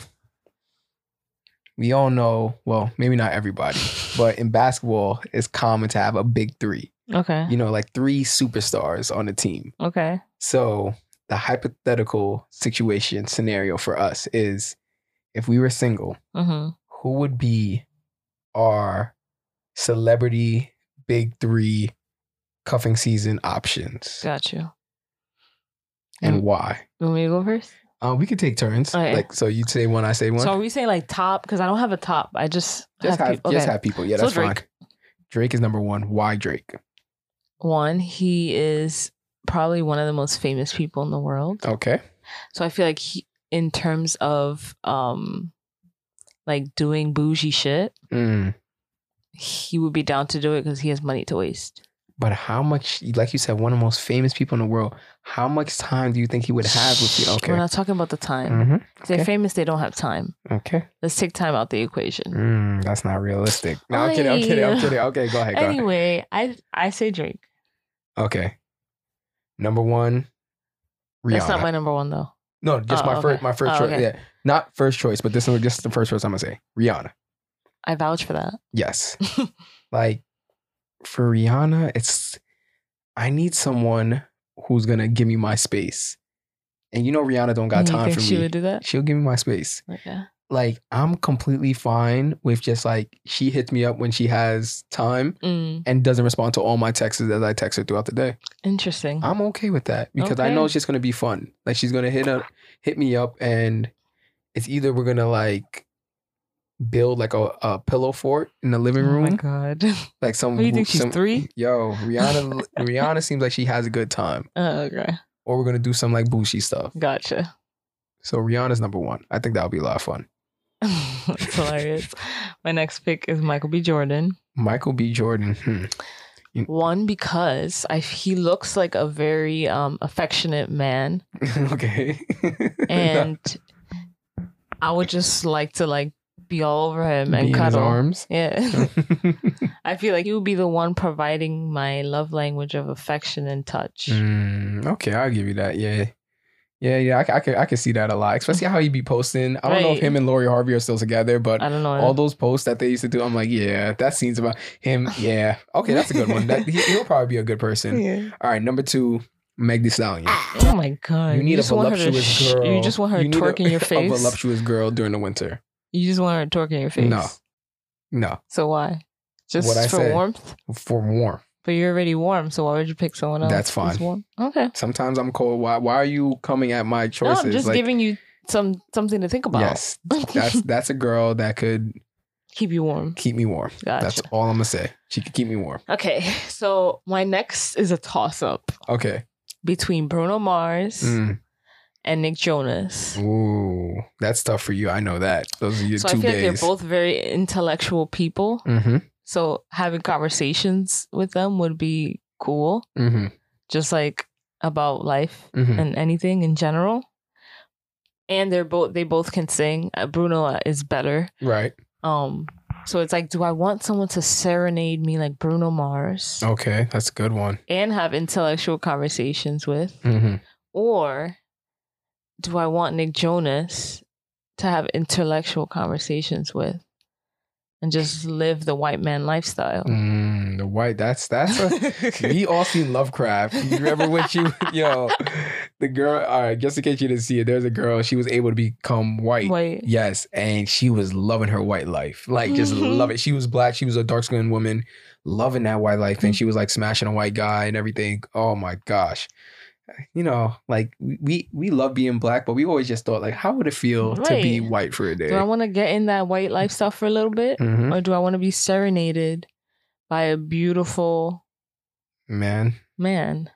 [SPEAKER 2] we all know, well, maybe not everybody, but in basketball, it's common to have a big three,
[SPEAKER 1] Okay.
[SPEAKER 2] you know, like three superstars on the team.
[SPEAKER 1] Okay.
[SPEAKER 2] So the hypothetical situation scenario for us is if we were single,
[SPEAKER 1] Mm-hmm.
[SPEAKER 2] who would be our celebrity big three cuffing season options
[SPEAKER 1] Got you.
[SPEAKER 2] and why?
[SPEAKER 1] You want me to go first?
[SPEAKER 2] Uh, we could take turns.
[SPEAKER 1] Okay.
[SPEAKER 2] Like, so you say one, I say one.
[SPEAKER 1] Oh, So are we saying like top? Because I don't have a top. I just,
[SPEAKER 2] just have,
[SPEAKER 1] have, people.
[SPEAKER 2] just
[SPEAKER 1] okay.
[SPEAKER 2] have people. Yeah,
[SPEAKER 1] So
[SPEAKER 2] that's fine.
[SPEAKER 1] Drake.
[SPEAKER 2] Drake is number one. Why Drake?
[SPEAKER 1] One, he is probably one of the most famous people in the world.
[SPEAKER 2] Okay.
[SPEAKER 1] So I feel like he, in terms of um, like doing bougie shit,
[SPEAKER 2] Mm.
[SPEAKER 1] he would be down to do it because he has money to waste.
[SPEAKER 2] But how much, like you said, one of the most famous people in the world. How much time do you think he would have with you?
[SPEAKER 1] We're
[SPEAKER 2] Okay.
[SPEAKER 1] not talking about the time.
[SPEAKER 2] hmm
[SPEAKER 1] If They're
[SPEAKER 2] okay.
[SPEAKER 1] famous. They don't have time.
[SPEAKER 2] Okay.
[SPEAKER 1] Let's take time out the equation.
[SPEAKER 2] Mm, that's not realistic. No, I'm kidding. I'm
[SPEAKER 1] Oy.
[SPEAKER 2] kidding. I'm kidding. Okay, go ahead. Go ahead.
[SPEAKER 1] Anyway, I I say Drake.
[SPEAKER 2] Okay. Number one, Rihanna.
[SPEAKER 1] That's not my number one though.
[SPEAKER 2] no, just
[SPEAKER 1] Oh,
[SPEAKER 2] my
[SPEAKER 1] okay.
[SPEAKER 2] first, my first
[SPEAKER 1] Oh,
[SPEAKER 2] choice.
[SPEAKER 1] okay.
[SPEAKER 2] Yeah, not first choice, but this is just the first person I'm gonna say. Rihanna.
[SPEAKER 1] I vouch for that. (laughs)
[SPEAKER 2] Yes. like for Rihanna, it's I need someone who's gonna give me my space. And you know Rihanna don't got
[SPEAKER 1] you
[SPEAKER 2] time
[SPEAKER 1] think
[SPEAKER 2] for
[SPEAKER 1] she
[SPEAKER 2] me.
[SPEAKER 1] would do that?
[SPEAKER 2] She'll give me my space.
[SPEAKER 1] Yeah.
[SPEAKER 2] Like I'm completely fine with just like she hits me up when she has time
[SPEAKER 1] Mm,
[SPEAKER 2] and doesn't respond to all my texts as I text her throughout the day.
[SPEAKER 1] interesting.
[SPEAKER 2] I'm okay with that because I
[SPEAKER 1] Mm-hmm. Okay.
[SPEAKER 2] know it's just gonna be fun. Like she's gonna hit up, hit me up, and it's either we're gonna like build like a, a pillow fort in the living
[SPEAKER 1] Oh my
[SPEAKER 2] room,
[SPEAKER 1] god. (laughs)
[SPEAKER 2] like some.
[SPEAKER 1] What do you think she's
[SPEAKER 2] some-
[SPEAKER 1] three? (laughs)
[SPEAKER 2] Yo, Rihanna, Rihanna seems like she has a good time,
[SPEAKER 1] Oh, okay.
[SPEAKER 2] or we're gonna do some like bushy stuff.
[SPEAKER 1] Gotcha. (laughs)
[SPEAKER 2] So Rihanna's number one. I think that would be a lot of fun.
[SPEAKER 1] That's hilarious. My next pick is Michael B. Jordan.
[SPEAKER 2] Michael B. Jordan. Hmm. (laughs)
[SPEAKER 1] One because I he looks like a very um affectionate
[SPEAKER 2] (laughs)
[SPEAKER 1] man,
[SPEAKER 2] okay.
[SPEAKER 1] and I would just like to like be all over him
[SPEAKER 2] (laughs) Be in
[SPEAKER 1] and
[SPEAKER 2] his
[SPEAKER 1] cuddle. (laughs)
[SPEAKER 2] arms.
[SPEAKER 1] Yeah, I feel like he would be the one providing my love language of affection and touch.
[SPEAKER 2] Mm, okay, I'll give you that. Yeah. Yeah, yeah, I, c- I could I could see that a lot, especially how he be posting. I don't know if
[SPEAKER 1] Right.
[SPEAKER 2] him and Lori Harvey are still together, but
[SPEAKER 1] I don't know.
[SPEAKER 2] all those posts that they used to do, I'm like, yeah, that seems about
[SPEAKER 1] (laughs)
[SPEAKER 2] him. Yeah, okay, that's a good one. That, he, will probably be a good person.
[SPEAKER 1] Yeah.
[SPEAKER 2] All right, number two, Meg Thee Stallion.
[SPEAKER 1] Oh my god!
[SPEAKER 2] You need a
[SPEAKER 1] just want her to
[SPEAKER 2] voluptuous
[SPEAKER 1] sh-
[SPEAKER 2] girl.
[SPEAKER 1] You just want her
[SPEAKER 2] You need
[SPEAKER 1] twerking in your
[SPEAKER 2] (laughs) A
[SPEAKER 1] face.
[SPEAKER 2] voluptuous girl during the winter.
[SPEAKER 1] You just want her to twerk in your face.
[SPEAKER 2] No. No,
[SPEAKER 1] So why? Just
[SPEAKER 2] What I
[SPEAKER 1] for
[SPEAKER 2] said.
[SPEAKER 1] warmth?
[SPEAKER 2] for warm.
[SPEAKER 1] But you're already warm, so why would you pick someone else?
[SPEAKER 2] That's
[SPEAKER 1] who's
[SPEAKER 2] fine.
[SPEAKER 1] warm? Okay.
[SPEAKER 2] Sometimes I'm cold. Why? Why are you coming at my
[SPEAKER 1] No,
[SPEAKER 2] choices?
[SPEAKER 1] I'm just giving you some something to think about.
[SPEAKER 2] Yes,
[SPEAKER 1] (laughs)
[SPEAKER 2] that's that's a girl that could
[SPEAKER 1] keep you warm.
[SPEAKER 2] keep me warm.
[SPEAKER 1] Gotcha.
[SPEAKER 2] That's all I'm gonna say. She could keep me warm.
[SPEAKER 1] okay. So my next is a toss up.
[SPEAKER 2] Okay.
[SPEAKER 1] between Bruno Mars
[SPEAKER 2] Mm.
[SPEAKER 1] and Nick Jonas.
[SPEAKER 2] Ooh, that's tough for you. I know that. Those are your
[SPEAKER 1] So I
[SPEAKER 2] two
[SPEAKER 1] feel like
[SPEAKER 2] days.
[SPEAKER 1] they're both very intellectual people.
[SPEAKER 2] hmm
[SPEAKER 1] So having conversations with them would be cool,
[SPEAKER 2] hmm
[SPEAKER 1] just like about life
[SPEAKER 2] hmm
[SPEAKER 1] and anything in general. And they're both they both can sing. Uh, Bruno uh, is better.
[SPEAKER 2] Right.
[SPEAKER 1] Um, so it's like, do I want someone to serenade me like Bruno Mars
[SPEAKER 2] Okay, that's a good one.
[SPEAKER 1] and have intellectual conversations with,
[SPEAKER 2] hmm
[SPEAKER 1] or do I want Nick Jonas to have intellectual conversations with and just live the white man lifestyle? (laughs)
[SPEAKER 2] Mm, the white. That's that's a we all seen Lovecraft. You remember when she, yo, the girl. All right, just in case you didn't see it, there's a girl. She was able to become white.
[SPEAKER 1] Wait.
[SPEAKER 2] Yes, and she was loving her white life, like just
[SPEAKER 1] Mhm.
[SPEAKER 2] love it. She was black. She was a dark skinned woman, loving that white life, and she was like smashing a white guy and everything. Oh my gosh. You know, like we- we we love being black, but we always just thought like, how would it feel to be
[SPEAKER 1] Right.
[SPEAKER 2] white for a day?
[SPEAKER 1] Do I want to get in that white lifestyle for a little bit?
[SPEAKER 2] Mhm.
[SPEAKER 1] Or do I want to be serenaded by a beautiful
[SPEAKER 2] Man,
[SPEAKER 1] man?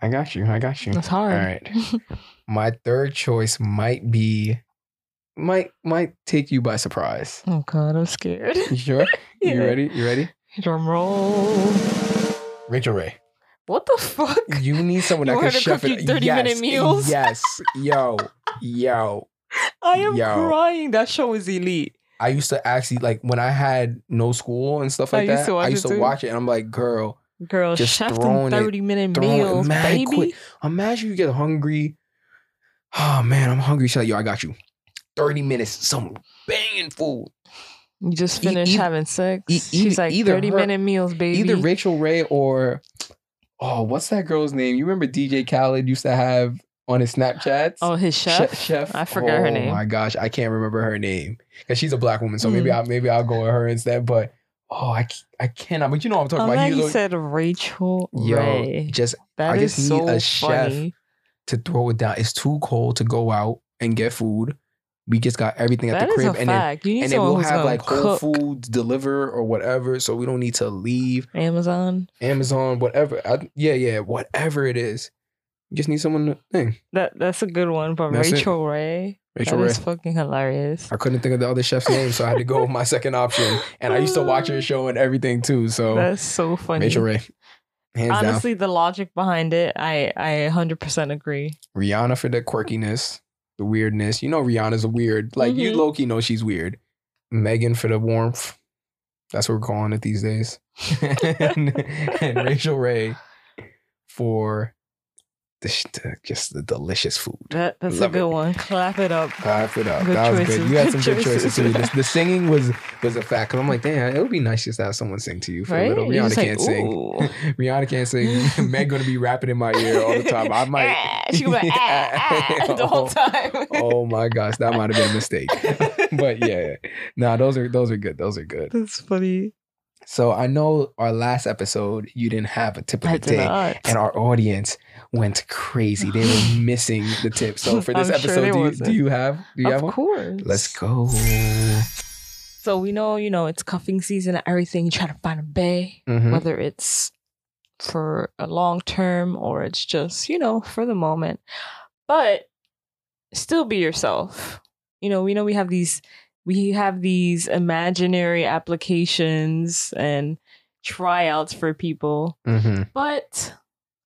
[SPEAKER 2] I got you. I got you.
[SPEAKER 1] That's hard.
[SPEAKER 2] All right. My third choice might be might might take you by surprise.
[SPEAKER 1] (laughs) oh, God, I'm scared. (laughs)
[SPEAKER 2] You sure? You
[SPEAKER 1] Yeah.
[SPEAKER 2] ready? You ready?
[SPEAKER 1] Drum roll.
[SPEAKER 2] Rachel Ray.
[SPEAKER 1] What the fuck?
[SPEAKER 2] You need
[SPEAKER 1] (laughs)
[SPEAKER 2] someone
[SPEAKER 1] You
[SPEAKER 2] that
[SPEAKER 1] want
[SPEAKER 2] can
[SPEAKER 1] her to
[SPEAKER 2] chef
[SPEAKER 1] cook
[SPEAKER 2] it.
[SPEAKER 1] you 30-minute
[SPEAKER 2] yes,
[SPEAKER 1] meals?
[SPEAKER 2] Yes. Yo. Yo.
[SPEAKER 1] I am
[SPEAKER 2] Yo.
[SPEAKER 1] crying. That show is elite.
[SPEAKER 2] I used to actually like when I had no school and stuff
[SPEAKER 1] I
[SPEAKER 2] like
[SPEAKER 1] used
[SPEAKER 2] that.
[SPEAKER 1] to watch
[SPEAKER 2] I used
[SPEAKER 1] it
[SPEAKER 2] to
[SPEAKER 1] too.
[SPEAKER 2] watch it and I'm like, girl,
[SPEAKER 1] Girl,
[SPEAKER 2] Just
[SPEAKER 1] chef them
[SPEAKER 2] throwing it-
[SPEAKER 1] 30 minute
[SPEAKER 2] throwing it
[SPEAKER 1] meals,
[SPEAKER 2] mad
[SPEAKER 1] baby.
[SPEAKER 2] quick. imagine you get hungry. Oh man, I'm hungry. She's like, yo, I got you. 30 minutes, some banging food.
[SPEAKER 1] You just
[SPEAKER 2] E-
[SPEAKER 1] finished
[SPEAKER 2] e-
[SPEAKER 1] having sex.
[SPEAKER 2] e- either-
[SPEAKER 1] She's like
[SPEAKER 2] either
[SPEAKER 1] 30
[SPEAKER 2] her-
[SPEAKER 1] minute meals, baby.
[SPEAKER 2] either Rachel Ray or oh, what's that girl's name? You remember DJ Khaled used to have on his Snapchats?
[SPEAKER 1] oh, his
[SPEAKER 2] Che-
[SPEAKER 1] chef?
[SPEAKER 2] chef.
[SPEAKER 1] I forgot
[SPEAKER 2] oh,
[SPEAKER 1] her name.
[SPEAKER 2] my gosh, I can't remember her name because she's a black woman. So
[SPEAKER 1] Hmm.
[SPEAKER 2] maybe I maybe I'll go with her instead. But oh, I c- I cannot. But you know what I'm talking
[SPEAKER 1] I'm
[SPEAKER 2] about.
[SPEAKER 1] glad
[SPEAKER 2] He
[SPEAKER 1] Oh, you
[SPEAKER 2] was
[SPEAKER 1] said Rachel
[SPEAKER 2] like, yo,
[SPEAKER 1] Ray.
[SPEAKER 2] just
[SPEAKER 1] That
[SPEAKER 2] I
[SPEAKER 1] is
[SPEAKER 2] just need
[SPEAKER 1] so
[SPEAKER 2] a chef.
[SPEAKER 1] funny.
[SPEAKER 2] to throw it down. It's too cold to go out and get food. We just got everything at
[SPEAKER 1] That
[SPEAKER 2] the
[SPEAKER 1] is
[SPEAKER 2] crib,
[SPEAKER 1] a
[SPEAKER 2] and then,
[SPEAKER 1] fact. you need
[SPEAKER 2] and then
[SPEAKER 1] someone
[SPEAKER 2] we'll
[SPEAKER 1] who's
[SPEAKER 2] have
[SPEAKER 1] gonna
[SPEAKER 2] like Whole
[SPEAKER 1] cook.
[SPEAKER 2] Foods deliver or whatever, so we don't need to leave.
[SPEAKER 1] Amazon.
[SPEAKER 2] Amazon, whatever. I, yeah, yeah, whatever it is. You just need someone to thing.
[SPEAKER 1] That that's a good one, but
[SPEAKER 2] That's it.
[SPEAKER 1] Rachel Ray. that is
[SPEAKER 2] Rachel Ray.
[SPEAKER 1] fucking hilarious.
[SPEAKER 2] I couldn't think of the other chef's name, so I had to go with my second option. And I used to watch her show and everything too. So
[SPEAKER 1] That's so funny.
[SPEAKER 2] Rachel Ray. Hands
[SPEAKER 1] Honestly, the logic behind it, I I 100% agree.
[SPEAKER 2] down. Rihanna for the quirkiness, the weirdness. You know Rihanna's weird. Like you
[SPEAKER 1] Mhm.
[SPEAKER 2] low key know she's weird. Megan for the warmth. That's what we're calling it these days. (laughs) and, and Rachel Ray for the, sh- the- just the delicious food.
[SPEAKER 1] That that's
[SPEAKER 2] Love
[SPEAKER 1] a good
[SPEAKER 2] it.
[SPEAKER 1] one. Clap it up.
[SPEAKER 2] Clap it up.
[SPEAKER 1] Good
[SPEAKER 2] that was good.
[SPEAKER 1] choices,
[SPEAKER 2] You had some
[SPEAKER 1] good
[SPEAKER 2] good choices
[SPEAKER 1] choices.
[SPEAKER 2] too. The, the singing was was a fact. Cause I'm like, damn, it would be nice just to have someone sing to you for a
[SPEAKER 1] Right?
[SPEAKER 2] little.
[SPEAKER 1] You're
[SPEAKER 2] Rihanna
[SPEAKER 1] just like,
[SPEAKER 2] can't sing.
[SPEAKER 1] "Ooh."
[SPEAKER 2] Rihanna can't
[SPEAKER 1] (laughs)
[SPEAKER 2] sing. Meg gonna be rapping in my ear all the time. I might.
[SPEAKER 1] Ah, (laughs) she was like, ah,
[SPEAKER 2] (laughs)
[SPEAKER 1] ah, the whole time.
[SPEAKER 2] oh my gosh, that might have been a mistake. but yeah, nah, those are those are good. Those are good.
[SPEAKER 1] (laughs) That's funny.
[SPEAKER 2] So I know our last episode you didn't have a tip of the
[SPEAKER 1] I did
[SPEAKER 2] day,
[SPEAKER 1] not.
[SPEAKER 2] and our audience went crazy. They
[SPEAKER 1] (laughs)
[SPEAKER 2] were missing the tip. So for this
[SPEAKER 1] I'm sure
[SPEAKER 2] episode,
[SPEAKER 1] they
[SPEAKER 2] do, you,
[SPEAKER 1] wasn't.
[SPEAKER 2] do you have do you have
[SPEAKER 1] of
[SPEAKER 2] one?
[SPEAKER 1] course.
[SPEAKER 2] Let's go.
[SPEAKER 1] So we know, you know, it's cuffing season and everything. You try to find a bay,
[SPEAKER 2] Mhm.
[SPEAKER 1] whether it's for a long term or it's just, you know, for the moment. But still be yourself. You know, we know we have these we have these imaginary applications and tryouts for people.
[SPEAKER 2] Mhm.
[SPEAKER 1] but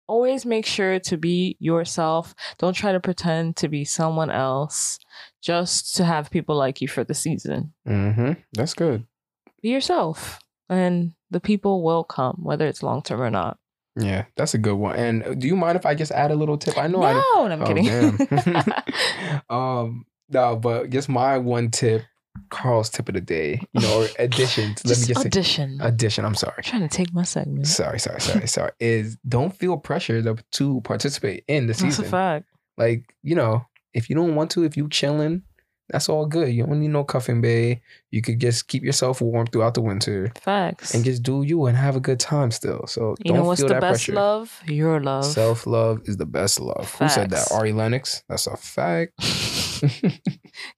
[SPEAKER 1] always make sure to be yourself. Don't try to pretend to be someone else just to have people like you for the season.
[SPEAKER 2] Mhm. That's good.
[SPEAKER 1] Be yourself, and the people will come, whether it's long term or not.
[SPEAKER 2] Yeah, that's a good one. And uh, do you mind if I just add a little tip? I know
[SPEAKER 1] No,
[SPEAKER 2] I
[SPEAKER 1] I'm
[SPEAKER 2] Oh,
[SPEAKER 1] kidding. (laughs)
[SPEAKER 2] (laughs) damn. (laughs) um, no, but just my one tip, Carl's tip of the day,
[SPEAKER 1] (laughs)
[SPEAKER 2] you know, or addition. let me
[SPEAKER 1] just,
[SPEAKER 2] just say,
[SPEAKER 1] audition.
[SPEAKER 2] addition. I'm sorry.
[SPEAKER 1] I'm trying to take my segment.
[SPEAKER 2] Sorry, sorry, sorry, sorry. Is don't feel pressure to, to participate in the
[SPEAKER 1] That's a
[SPEAKER 2] season.
[SPEAKER 1] fact.
[SPEAKER 2] Like, you know, if you don't want to, if you chilling, that's all good. You don't need no cuffing bay. You could just keep yourself warm throughout the winter
[SPEAKER 1] Facts.
[SPEAKER 2] and just do you and have a good time still. So
[SPEAKER 1] you
[SPEAKER 2] don't
[SPEAKER 1] know what's
[SPEAKER 2] feel
[SPEAKER 1] the
[SPEAKER 2] that
[SPEAKER 1] best
[SPEAKER 2] pressure.
[SPEAKER 1] love? Your love.
[SPEAKER 2] Self love is the best love. Who said that?
[SPEAKER 1] Facts.
[SPEAKER 2] Ari Lennox. That's
[SPEAKER 1] (laughs)
[SPEAKER 2] a fact. (laughs)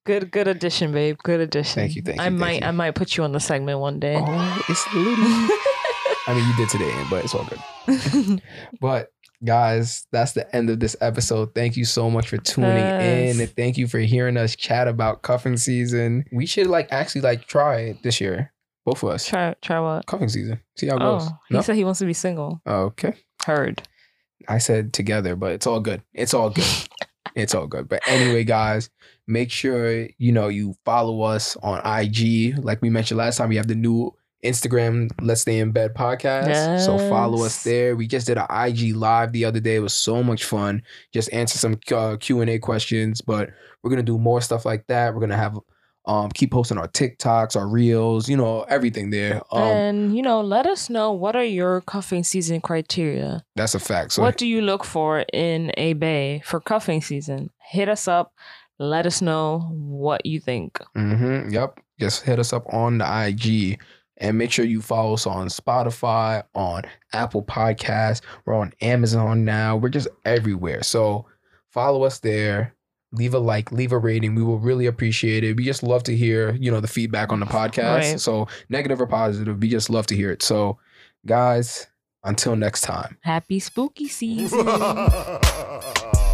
[SPEAKER 1] good, good addition, babe. Good addition.
[SPEAKER 2] Thank you, thank you,
[SPEAKER 1] I
[SPEAKER 2] thank
[SPEAKER 1] might,
[SPEAKER 2] you.
[SPEAKER 1] I might put you on the segment one day.
[SPEAKER 2] Oh, it's litty. I mean, you did today, but it's all good. But guys, that's the end of this episode. Thank you so much for tuning
[SPEAKER 1] Yes.
[SPEAKER 2] in, and thank you for hearing us chat about cuffing season. We should like actually like try it this year, both of us.
[SPEAKER 1] (laughs) Try try what?
[SPEAKER 2] Cuffing season. See how it
[SPEAKER 1] Oh,
[SPEAKER 2] goes.
[SPEAKER 1] he
[SPEAKER 2] No? Oh,
[SPEAKER 1] said he wants to be single.
[SPEAKER 2] okay.
[SPEAKER 1] Heard.
[SPEAKER 2] I said together, but it's all good. It's all good.
[SPEAKER 1] (laughs)
[SPEAKER 2] it's all good. But anyway, guys, make sure you know you follow us on IG. Like we mentioned last time, we have the new Instagram Let's Stay in Bed podcast. So follow us
[SPEAKER 1] Yes.
[SPEAKER 2] there. We just did an IG live the other day. It was so much fun. Just answer some uh, Q and A questions. But we're gonna do more stuff like that. We're gonna have um keep posting our TikToks, our reels, you know, everything there. Um,
[SPEAKER 1] and you know, let us know what are your cuffing season criteria.
[SPEAKER 2] that's a fact. So
[SPEAKER 1] What do you look for in a bay for cuffing season? Hit us up. Let us know what you think.
[SPEAKER 2] Mm-hmm. Yep. Just hit us up on the IG and make sure you follow us on Spotify, on Apple Podcasts. We're on Amazon now. We're just everywhere. So follow us there. Leave a like, leave a rating. We will really appreciate it. We just love to hear, you know, the feedback on the podcast.
[SPEAKER 1] Right.
[SPEAKER 2] So negative or positive, we just love to hear it. So guys, until next time.
[SPEAKER 1] Happy spooky season.
[SPEAKER 3] season.